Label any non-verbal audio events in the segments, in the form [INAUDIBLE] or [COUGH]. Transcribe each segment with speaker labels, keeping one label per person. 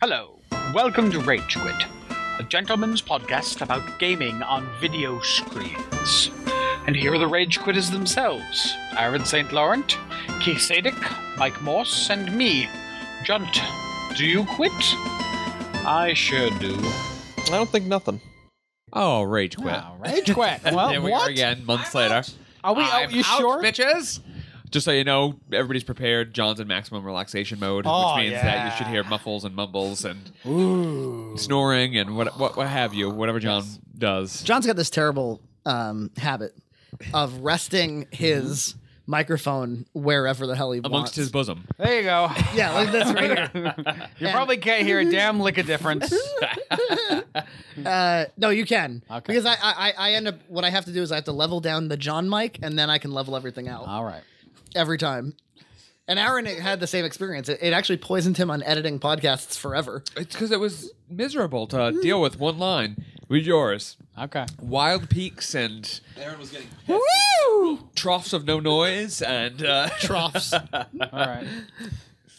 Speaker 1: Hello, welcome to Rage Quit, a gentleman's podcast about gaming on video screens. And here are the Rage Quitters themselves Aaron St. Laurent, Keith Sadik, Mike Morse, and me, Junt. Do you quit? I sure do.
Speaker 2: I don't think nothing.
Speaker 3: Oh, rage quit.
Speaker 4: Rage
Speaker 3: [LAUGHS]
Speaker 4: quit. [LAUGHS] Well,
Speaker 3: there we
Speaker 4: what?
Speaker 3: are again, months later.
Speaker 4: Are we? Are
Speaker 3: I'm
Speaker 4: you
Speaker 3: out,
Speaker 4: sure?
Speaker 3: bitches? Just so you know, everybody's prepared. John's in maximum relaxation mode,
Speaker 4: Oh,
Speaker 3: which means that
Speaker 4: yeah.
Speaker 3: you should hear muffles and mumbles and
Speaker 4: Ooh.
Speaker 3: snoring and what what, what have you, whatever John does.
Speaker 5: John's got this terrible um, habit of resting his microphone wherever the hell he
Speaker 3: Amongst
Speaker 5: wants.
Speaker 3: his bosom.
Speaker 4: There
Speaker 1: [LAUGHS]
Speaker 4: you go.
Speaker 5: yeah, like this
Speaker 4: [LAUGHS]
Speaker 5: right here.
Speaker 4: You probably can't hear a damn lick of difference.
Speaker 1: [LAUGHS]
Speaker 5: Uh, no, you can
Speaker 4: Okay.
Speaker 5: because I, I I end up what I have to do is I have to level down the John mic and then I can level everything out
Speaker 4: All right.
Speaker 5: every time. And Aaron had the same experience. It, it actually poisoned him on editing podcasts forever.
Speaker 3: It's because it was miserable to deal with one line with yours.
Speaker 4: Okay.
Speaker 3: Wild peaks and
Speaker 2: Aaron was getting
Speaker 3: troughs of no noise and uh, [LAUGHS]
Speaker 5: Troughs.
Speaker 4: All right.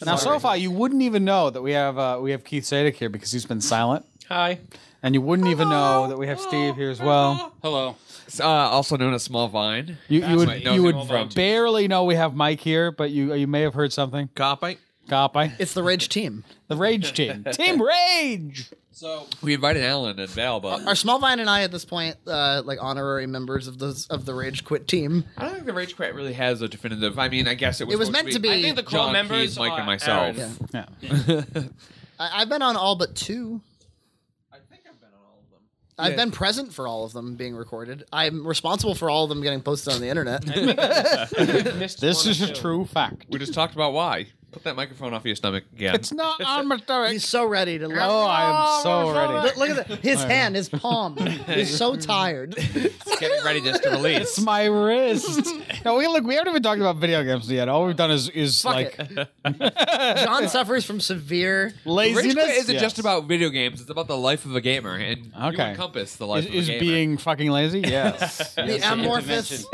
Speaker 4: Now, so far, you wouldn't even know that we have uh, we have Keith Sadik here because he's been silent,
Speaker 3: Hi.
Speaker 4: and you wouldn't even know that we have Steve here as well. Hello.
Speaker 3: Uh, also known as small vine.
Speaker 4: You, you would
Speaker 3: my- no,
Speaker 4: you
Speaker 3: small
Speaker 4: would
Speaker 3: vine.
Speaker 4: barely know we have Mike here, but you you may have heard something.
Speaker 3: Copy.
Speaker 4: Copy.
Speaker 5: It's the Rage team.
Speaker 4: The [LAUGHS] Rage Team. Team Rage.
Speaker 2: so
Speaker 3: We invited Alan and Val, but
Speaker 5: Are Smallvine and I at this point uh, like honorary members of the of the Rage Quit team?
Speaker 3: I don't think the Rage Quit really has a definitive. I mean, I guess it was.
Speaker 5: It was
Speaker 3: supposed
Speaker 5: meant to be-
Speaker 3: I think the core John, members, Keith, Mike, and myself.
Speaker 5: Aaron.
Speaker 4: Yeah.
Speaker 5: I, I've been on all but two.
Speaker 2: I think I've been on all of them.
Speaker 5: I've been present for all of them being recorded. I'm responsible for all of them getting posted on
Speaker 2: [LAUGHS]
Speaker 5: the internet.
Speaker 4: This is a true fact.
Speaker 3: We just talked about why. Put that microphone off your stomach again.
Speaker 4: It's not on my stomach.
Speaker 5: He's so ready to.
Speaker 4: Oh,
Speaker 5: Lo-
Speaker 4: I am so ready.
Speaker 5: look, look at that. his hand, his
Speaker 4: [LAUGHS]
Speaker 5: palm. He's so tired.
Speaker 3: getting ready just to release.
Speaker 4: It's my wrist. No, we look. We haven't even talked about video games yet. All we've done is is like [LAUGHS]
Speaker 5: John suffers from severe.
Speaker 3: Rage
Speaker 4: laziness.
Speaker 3: Quit isn't
Speaker 4: Yes.
Speaker 3: just about video games. It's about the life of a gamer, and you
Speaker 4: Okay.
Speaker 3: encompass the
Speaker 4: is,
Speaker 3: life
Speaker 4: is
Speaker 3: of a gamer.
Speaker 4: being fucking lazy. Yes.
Speaker 5: The amorphous.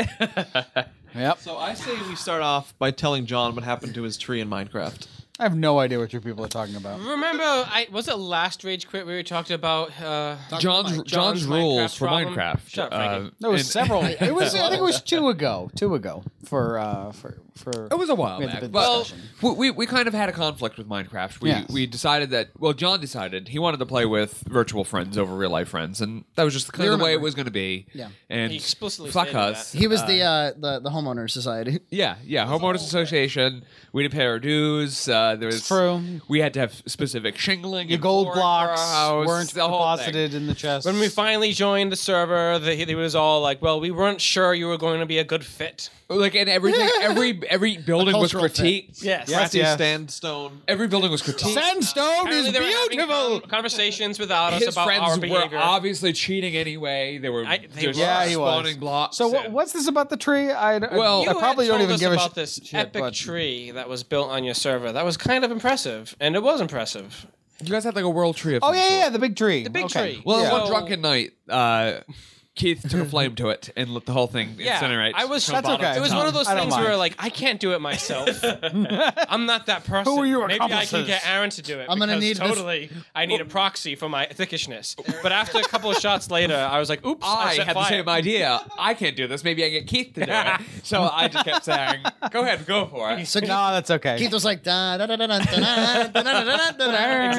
Speaker 4: yep.
Speaker 2: So I say we start off by telling John what happened to his tree in Minecraft.
Speaker 4: [LAUGHS] I have no idea what you people are talking about.
Speaker 6: Remember, I was it last rage quit where we talked about uh,
Speaker 3: John's John's,
Speaker 6: John's
Speaker 3: rules
Speaker 6: Minecraft
Speaker 3: for
Speaker 6: problem?
Speaker 3: Minecraft.
Speaker 6: Shut up, Frankie.
Speaker 3: Uh,
Speaker 4: There was
Speaker 3: and-
Speaker 4: [LAUGHS] several. It was. I think it was two ago. Two ago for uh, for for.
Speaker 3: It was a while
Speaker 4: We had the
Speaker 3: back.
Speaker 4: big
Speaker 3: Well,
Speaker 4: discussion.
Speaker 3: we, we, we kind of had a conflict with Minecraft. We
Speaker 4: Yes.
Speaker 3: we decided that well, John decided he wanted to play with virtual friends over real life friends, and that was just the kind of the way it
Speaker 5: remember.
Speaker 3: was going to be.
Speaker 5: Yeah.
Speaker 3: and
Speaker 6: He explicitly
Speaker 3: fuck
Speaker 6: stated
Speaker 3: us.
Speaker 5: He was the uh, the the homeowner society.
Speaker 3: Yeah, yeah. Homeowners Association. We didn't pay our dues. Uh, there was
Speaker 4: It's true.
Speaker 3: We had to have specific shingling.
Speaker 4: Your
Speaker 3: and
Speaker 4: gold
Speaker 3: flooring for our
Speaker 4: blocks
Speaker 3: house,
Speaker 4: weren't
Speaker 3: the whole thing.
Speaker 4: deposited in the chest.
Speaker 6: When we finally joined the server, they, they was all like, "Well, we weren't sure you were going to be a good fit."
Speaker 3: Like and
Speaker 4: [LAUGHS]
Speaker 3: everything. Every every building was
Speaker 5: cultural fit.
Speaker 3: critiqued.
Speaker 6: Yes.
Speaker 2: Crafty
Speaker 4: yes.
Speaker 2: sandstone.
Speaker 3: Every building was critiqued.
Speaker 4: sandstone is
Speaker 6: Apparently, they were having
Speaker 4: beautiful.
Speaker 6: con- conversations without us
Speaker 3: His
Speaker 6: about our
Speaker 3: friends were
Speaker 6: behavior.
Speaker 3: obviously cheating anyway. They were
Speaker 6: I- they
Speaker 3: just
Speaker 6: were. Yeah,
Speaker 4: he was.
Speaker 3: spawning blocks.
Speaker 4: So what,
Speaker 3: and-
Speaker 4: what's this about the tree? I d-
Speaker 3: Well-
Speaker 6: you
Speaker 4: I probably
Speaker 6: had
Speaker 4: don't
Speaker 6: told
Speaker 4: even
Speaker 6: us
Speaker 4: give a
Speaker 6: about
Speaker 4: sh-
Speaker 6: this
Speaker 4: shit,
Speaker 6: epic
Speaker 4: but-
Speaker 6: tree that was built on your server. That was kind of impressive, and it was impressive.
Speaker 3: You guys had like a world tree of
Speaker 4: Oh
Speaker 3: some
Speaker 4: yeah,
Speaker 3: sort.
Speaker 4: yeah, the big tree. The
Speaker 6: big tree.
Speaker 3: Well,
Speaker 6: Yeah.
Speaker 3: one
Speaker 6: So-
Speaker 3: drunken night, uh, Keith took a flame to it and lit the whole thing
Speaker 6: Yeah,
Speaker 3: incinerate.
Speaker 6: I was.
Speaker 4: That's okay.
Speaker 6: It was one of those
Speaker 4: I don't
Speaker 6: things where
Speaker 4: mind.
Speaker 6: like I can't do it myself. I'm not that person.
Speaker 4: are your
Speaker 6: Maybe I can
Speaker 4: accomplices?
Speaker 6: get Aaron to do it.
Speaker 5: I'm gonna
Speaker 6: because
Speaker 5: need this-
Speaker 6: totally. I need a proxy for my thickishness. But after a couple of shots later, I was like, "Oops!"
Speaker 3: I
Speaker 6: set
Speaker 3: had the
Speaker 6: fire.
Speaker 3: same idea. I can't do this. Maybe I can get Keith to do
Speaker 6: [LAUGHS]
Speaker 3: it. So I just kept saying, "Go ahead, go for it."
Speaker 5: So Keith,
Speaker 4: No, ah, that's okay. [LAUGHS]
Speaker 5: Keith was like da da da da da da da da da da da.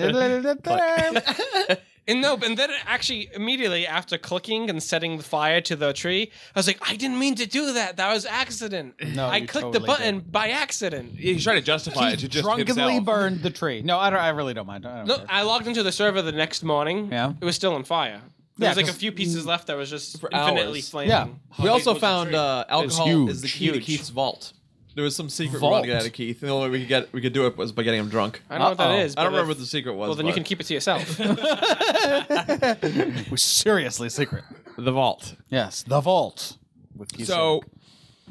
Speaker 4: exactly.
Speaker 6: And no, and then actually immediately after clicking and setting the fire to the tree, I was like, "I didn't mean to do that. That was accident.
Speaker 4: No,
Speaker 6: I
Speaker 4: you
Speaker 6: clicked the
Speaker 4: totally
Speaker 6: button by accident."
Speaker 3: He's trying to justify it to just
Speaker 4: Drunkenly
Speaker 3: himself.
Speaker 4: burned the tree. No, I don't. I really don't mind. I don't
Speaker 6: No,
Speaker 4: care.
Speaker 6: I logged into the server the next morning.
Speaker 4: Yeah.
Speaker 6: it was still on fire.
Speaker 4: Yeah,
Speaker 6: There was like a
Speaker 4: 'cause-
Speaker 6: few pieces left that was just infinitely
Speaker 3: hours.
Speaker 6: flaming.
Speaker 4: Yeah.
Speaker 2: We also found uh, alcohol
Speaker 4: huge.
Speaker 2: is the key to
Speaker 6: Huge.
Speaker 2: Keith's vault. There was some secret we
Speaker 4: Vault?
Speaker 2: wanted to get out of Keith. The only way we could get we could do it was by getting him drunk.
Speaker 6: I don't know what that
Speaker 4: Uh-oh.
Speaker 6: is.
Speaker 2: I don't
Speaker 6: but
Speaker 2: remember
Speaker 6: if-
Speaker 2: what the secret was.
Speaker 6: Well, then you
Speaker 2: but-
Speaker 6: can keep it to yourself.
Speaker 4: It was seriously secret.
Speaker 3: the vault.
Speaker 4: Yes, the vault. With Keith
Speaker 3: So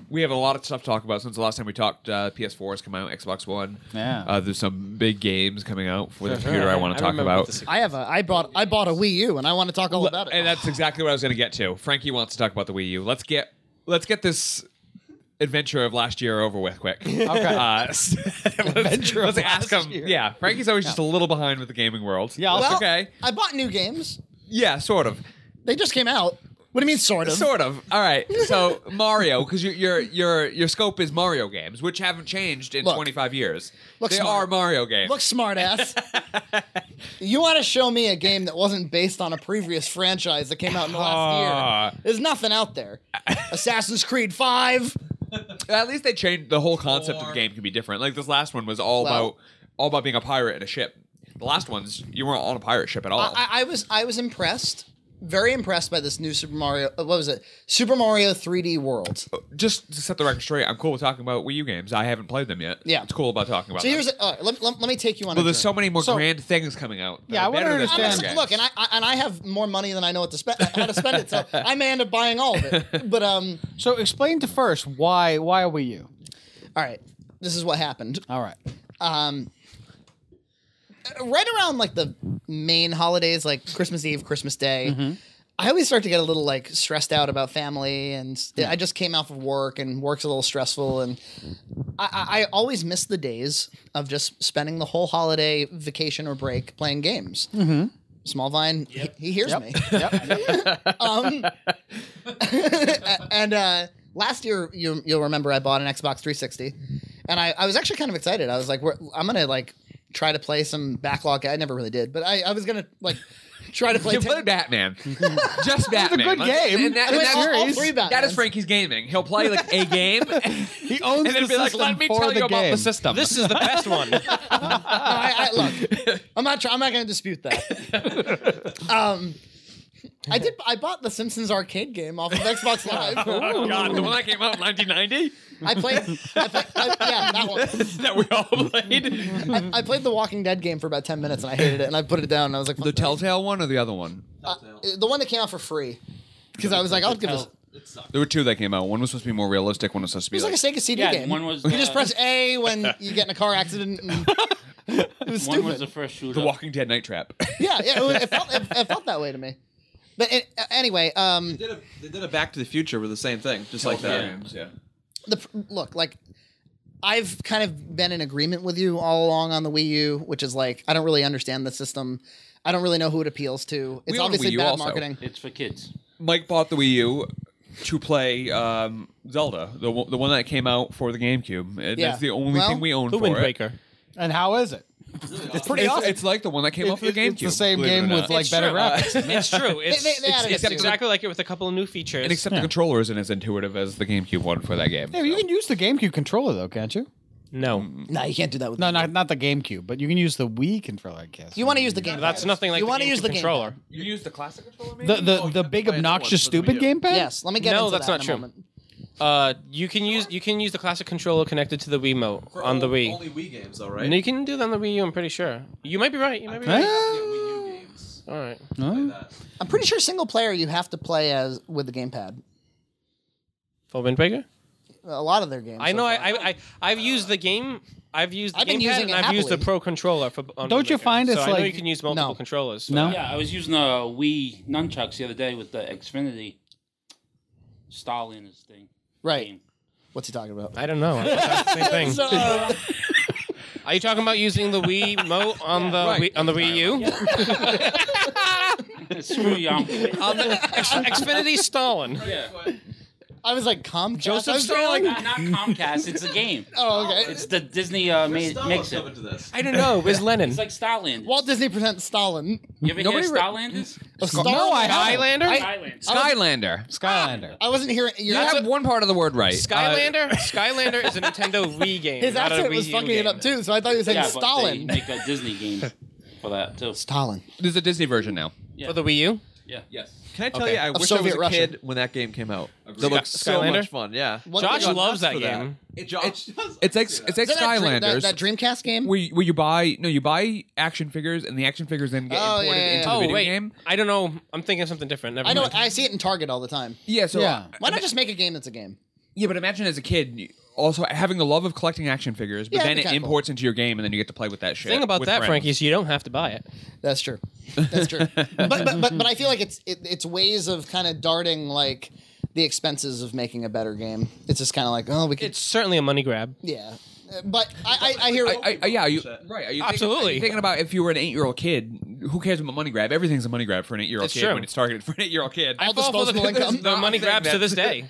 Speaker 3: we have a lot of stuff to talk about since the last time we talked. Uh, PS4 has come out, Xbox One.
Speaker 4: Yeah.
Speaker 3: Uh, there's some big games coming out for the
Speaker 6: Sure,
Speaker 3: computer. I
Speaker 6: I-
Speaker 3: want
Speaker 6: I
Speaker 3: to talk
Speaker 6: remember
Speaker 3: about.
Speaker 6: this-
Speaker 5: I have a. I bought. I bought a Wii U, and I want to talk all about it.
Speaker 3: And that's exactly what I was going to get to. Frankie wants to talk about the Wii U. Let's get let's get this adventure of last year over with quick.
Speaker 4: Okay.
Speaker 3: Uh, [LAUGHS] let's adventure let's
Speaker 4: of
Speaker 3: ask
Speaker 4: last
Speaker 3: him.
Speaker 4: year.
Speaker 3: Yeah, Frankie's always just a little behind with the gaming world.
Speaker 4: Yeah, I'll-
Speaker 3: That's
Speaker 5: Well,
Speaker 3: okay.
Speaker 5: I bought new games.
Speaker 3: Yeah, sort of.
Speaker 5: They just came out. What do you mean, sort of?
Speaker 3: Sort of. All right. So [LAUGHS] Mario, because your your your your scope is Mario games, which haven't changed in
Speaker 5: Look.
Speaker 3: 25 years.
Speaker 5: Look
Speaker 3: they
Speaker 5: smart.
Speaker 3: are Mario games. [LAUGHS]
Speaker 5: Look, smartass. you want to show me a game that wasn't based on a previous franchise that came out in the last
Speaker 3: Ah.
Speaker 5: year? There's nothing
Speaker 3: [LAUGHS]
Speaker 5: out there. Assassin's Creed Five.
Speaker 3: At least they changed the whole concept of the game can be different. Like this last one was all
Speaker 5: Well-
Speaker 3: about all about being a pirate in a ship. The last ones you weren't on a pirate ship at all.
Speaker 5: I, I was I was impressed, very impressed by this new Super Mario. uh, What was it? Super Mario 3D World.
Speaker 3: Just to set the record straight, I'm cool with talking about Wii U games. I haven't played them yet.
Speaker 5: Yeah.
Speaker 3: it's cool about talking about.
Speaker 5: So
Speaker 3: them.
Speaker 5: here's a, all right, let, let, let me take you on.
Speaker 3: But
Speaker 5: a
Speaker 3: there's
Speaker 5: journey.
Speaker 3: so many more
Speaker 4: So-
Speaker 3: grand things coming out. that
Speaker 4: Yeah,
Speaker 3: are
Speaker 4: I wanna
Speaker 3: better than
Speaker 5: I'm
Speaker 4: understand
Speaker 3: those
Speaker 5: just,
Speaker 4: games.
Speaker 5: look, and I, I and I have more money than I know what to spend, how to spend it.
Speaker 4: [LAUGHS]
Speaker 5: So I may end up buying all of it. But um,
Speaker 4: So explain to first why why were you?
Speaker 5: all right, this is what happened.
Speaker 4: All right.
Speaker 5: um right around like the main holidays like christmas eve christmas day
Speaker 4: Mm-hmm.
Speaker 5: i always start to get a little like stressed out about family and i just came out of work and work's a little stressful and I, I, I always miss the days of just spending the whole holiday vacation or break playing games mm-hmm. small vine he, he hears me
Speaker 4: [LAUGHS] Yep.
Speaker 5: [LAUGHS] um, a- and uh, last year, you, you'll remember I bought an Xbox 360, and I, I was actually kind of excited. I was like, We're, I'm gonna like try to play some backlog. I never really did, but I, I was gonna like [LAUGHS] try to play.
Speaker 3: You
Speaker 5: ten-
Speaker 3: play
Speaker 5: [LAUGHS]
Speaker 3: Batman, just Batman.
Speaker 4: good
Speaker 3: Like,
Speaker 4: game.
Speaker 3: and that-
Speaker 5: I
Speaker 3: and
Speaker 5: played
Speaker 3: that's-
Speaker 5: all, all
Speaker 4: series.
Speaker 5: three
Speaker 3: that is
Speaker 5: Batmans.
Speaker 3: Frankie's gaming. He'll play like a
Speaker 5: [LAUGHS]
Speaker 3: game. [LAUGHS] he
Speaker 4: owns
Speaker 3: and then
Speaker 4: the
Speaker 3: be like,
Speaker 4: system
Speaker 3: "Let me
Speaker 4: for
Speaker 3: tell
Speaker 4: the
Speaker 3: you about
Speaker 4: game."
Speaker 3: the system."
Speaker 6: This is the best one.
Speaker 5: [LAUGHS] No, I, I, look, I'm not. Try, I'm not going to dispute that.
Speaker 4: [LAUGHS]
Speaker 5: um, I did. I bought the Simpsons arcade game off of Xbox
Speaker 4: [LAUGHS]
Speaker 3: [LAUGHS]
Speaker 5: Live.
Speaker 3: Oh God, the one that came out in 1990
Speaker 5: I played. I played I, yeah, that one.
Speaker 3: [LAUGHS] that we all played.
Speaker 5: I, I played the Walking Dead game for about ten minutes and I hated it and I put it down and I was like,
Speaker 3: The
Speaker 5: "Fuck that."
Speaker 3: Telltale one or the other one?
Speaker 5: Uh, the one that came out for free because I was like, I'll give this. It
Speaker 3: There were two that came out. One was supposed to be more realistic. One was supposed to be
Speaker 5: was like a
Speaker 3: like,
Speaker 5: Sega CD
Speaker 7: Yeah,
Speaker 5: game.
Speaker 7: one was,
Speaker 5: you
Speaker 7: uh,
Speaker 5: just press A when you get in a car accident.
Speaker 3: [LAUGHS]
Speaker 5: And it was
Speaker 7: One
Speaker 5: stupid.
Speaker 7: was the first shooter.
Speaker 3: The Walking Dead Night [LAUGHS] Trap.
Speaker 5: yeah, yeah, it, was- it felt it, it felt that way to me. But it, uh, anyway, um,
Speaker 2: They did, a, they did a Back to the Future with the same thing, just like that.
Speaker 3: yeah.
Speaker 5: the pr- look like I've kind of been in agreement with you all along on the Wii U, which is like I don't really understand the system. I don't really know who it appeals to. It's
Speaker 3: own Wii
Speaker 5: obviously
Speaker 3: U
Speaker 5: bad
Speaker 3: also.
Speaker 5: marketing.
Speaker 7: It's for kids.
Speaker 3: Mike bought the Wii U to play um, Zelda, the one- the one that came out for the GameCube. And
Speaker 5: Yeah.
Speaker 3: That's the only
Speaker 5: Well,
Speaker 3: thing we own
Speaker 6: The
Speaker 3: for
Speaker 6: Wind
Speaker 3: it.
Speaker 6: Waker.
Speaker 4: And how is it?
Speaker 3: It's pretty awesome. It's like the one that came out for the
Speaker 4: It-
Speaker 3: GameCube.
Speaker 4: it's the same
Speaker 3: believe it or
Speaker 4: game
Speaker 3: not.
Speaker 4: with like
Speaker 6: It's
Speaker 4: better
Speaker 6: true.
Speaker 4: graphics.
Speaker 6: [LAUGHS] It's true. It's,
Speaker 5: they
Speaker 6: it's,
Speaker 5: added
Speaker 6: it's
Speaker 5: it to-
Speaker 6: exactly like it with a couple of new features.
Speaker 3: and except the controller isn't as intuitive as the GameCube one for that game.
Speaker 4: Yeah, you can use the GameCube controller though, can't you?
Speaker 6: no,
Speaker 5: No, you can't do that with
Speaker 4: No, not not the GameCube, but you can use the Wii controller, I guess.
Speaker 5: You want to use the game?
Speaker 6: that's nothing like
Speaker 5: you
Speaker 6: the
Speaker 5: want to use
Speaker 6: GameCube
Speaker 5: the game
Speaker 6: controller.
Speaker 3: You use the classic controller, maybe?
Speaker 4: the
Speaker 3: [LAUGHS]
Speaker 4: the, the big obnoxious stupid gamepad?
Speaker 5: Yes, let me get
Speaker 6: No,
Speaker 5: into
Speaker 6: that's
Speaker 5: that
Speaker 6: not
Speaker 5: in a
Speaker 6: true.
Speaker 5: moment.
Speaker 6: Uh, you can use you can use the classic controller connected to the Wiimote on the Wii.
Speaker 2: Only Wii games, though, right?
Speaker 6: And you can do that on the Wii U. I'm pretty sure. You might be right. You might be right.
Speaker 4: Huh?
Speaker 2: Wii U games.
Speaker 6: All right.
Speaker 4: Huh?
Speaker 5: I'm pretty sure single player you have to play as with the gamepad.
Speaker 6: For Wind Waker.
Speaker 5: A lot of their games.
Speaker 6: I
Speaker 5: so
Speaker 6: know. I,
Speaker 5: far.
Speaker 6: I I I've used the game. I've used the
Speaker 5: I've been
Speaker 6: gamepad
Speaker 5: using
Speaker 6: and
Speaker 5: it
Speaker 6: I've used the
Speaker 5: happily.
Speaker 6: Pro controller for. On
Speaker 4: Don't
Speaker 6: Wind
Speaker 4: you
Speaker 6: Waker.
Speaker 4: find
Speaker 6: so
Speaker 4: it's
Speaker 6: I know
Speaker 4: like-
Speaker 6: you can use multiple
Speaker 5: No.
Speaker 6: controllers. for
Speaker 4: No?
Speaker 6: that.
Speaker 7: Yeah, I was using a Wii nunchucks the other day with the Xfinity. Stalin is thing.
Speaker 5: right.
Speaker 7: Game.
Speaker 5: What's he talking about?
Speaker 6: I don't know. I
Speaker 5: [LAUGHS]
Speaker 6: thought the Same thing.
Speaker 5: Uh,
Speaker 6: Are you talking about using the
Speaker 5: [LAUGHS]
Speaker 6: Wii Mote on the Wii, on the Wii U?
Speaker 7: [LAUGHS] Screw you. I'm-
Speaker 4: um,
Speaker 6: On the X- Xfinity Stalin.
Speaker 7: yeah.
Speaker 5: I was like Comcast.
Speaker 6: Joseph
Speaker 5: I was trying to, like,
Speaker 6: Stalin?
Speaker 7: Not, not Comcast. It's a game.
Speaker 5: oh, okay.
Speaker 7: It's the Disney uh, ma- mix it.
Speaker 2: into this.
Speaker 6: I don't know. Where's Lennon?
Speaker 7: It's like Starland.
Speaker 5: Walt Disney presents Stalin.
Speaker 7: You ever
Speaker 3: Nobody
Speaker 7: hear
Speaker 3: re-
Speaker 7: Starland? is?
Speaker 5: Stalin.
Speaker 4: No, I haven't.
Speaker 6: Skylander.
Speaker 7: Skyland.
Speaker 3: Skylander.
Speaker 4: Skylander.
Speaker 5: I wasn't hearing. You're
Speaker 3: You have one part of the word right. Uh,
Speaker 6: Skylander. Uh, [LAUGHS] Skylander is a Nintendo Wii game.
Speaker 5: his
Speaker 6: not a
Speaker 5: accent
Speaker 6: Wii
Speaker 5: was
Speaker 6: U
Speaker 5: fucking it
Speaker 6: game.
Speaker 5: up too, so I thought you were saying
Speaker 7: Yeah, but
Speaker 5: Stalin.
Speaker 7: They make a Disney [LAUGHS] game for that
Speaker 5: [LAUGHS]
Speaker 7: too.
Speaker 5: Stalin.
Speaker 3: Uh, there's a Disney version now.
Speaker 7: Yeah.
Speaker 6: For the Wii U.
Speaker 7: yeah.
Speaker 3: Yes.
Speaker 2: Can I tell
Speaker 6: Okay.
Speaker 2: you, I
Speaker 5: Of
Speaker 2: wish
Speaker 5: Soviet
Speaker 2: I was a
Speaker 5: Russia.
Speaker 2: kid when that game came out. That looked so
Speaker 6: Skylander?
Speaker 2: much fun. Yeah.
Speaker 5: One
Speaker 6: Josh
Speaker 5: thing on-
Speaker 6: loves that
Speaker 2: for that.
Speaker 6: game.
Speaker 2: It, Josh,
Speaker 3: [LAUGHS] It's like it's like
Speaker 5: Is that
Speaker 3: Skylanders.
Speaker 5: that, Dream- that, that Dreamcast game.
Speaker 3: where you, where you buy no you buy action figures and the action figures then get
Speaker 5: Oh,
Speaker 3: imported
Speaker 5: yeah, yeah,
Speaker 3: into
Speaker 5: yeah.
Speaker 3: the
Speaker 6: Oh
Speaker 3: video
Speaker 6: wait,
Speaker 3: game.
Speaker 6: I don't know. I'm thinking of something different. Never
Speaker 5: I know.
Speaker 6: mind.
Speaker 5: I see it in Target all the time.
Speaker 3: Yeah, so
Speaker 4: Yeah.
Speaker 5: Why not just make a game that's a game?
Speaker 3: yeah, but imagine as a kid you- also having the love of collecting action figures, but
Speaker 5: Yeah,
Speaker 3: then
Speaker 5: that'd
Speaker 3: it
Speaker 5: be kinda
Speaker 3: imports into your game and then you get to play with that shit.
Speaker 6: the thing about
Speaker 3: with
Speaker 6: that,
Speaker 3: friends.
Speaker 6: Frankie, is you don't have to buy it.
Speaker 5: That's true. [LAUGHS] That's true. but, but but but I feel like it's it, it's ways of kind of darting like the expenses of making a better game. It's just kind of like, oh, we could,
Speaker 6: It's certainly a money grab.
Speaker 5: yeah. Uh, But I, I, I hear.
Speaker 3: I, I, yeah, you, right. Are you thinking-
Speaker 6: Absolutely.
Speaker 3: are you thinking about if you were an eight-year-old kid, who cares about money grab? Everything's a money grab for an eight-year-old
Speaker 6: It's
Speaker 3: kid
Speaker 6: true.
Speaker 3: when it's targeted for an eight-year-old kid.
Speaker 5: All
Speaker 6: [LAUGHS]
Speaker 5: disposable income.
Speaker 6: The money grabs to this
Speaker 3: [LAUGHS]
Speaker 6: day.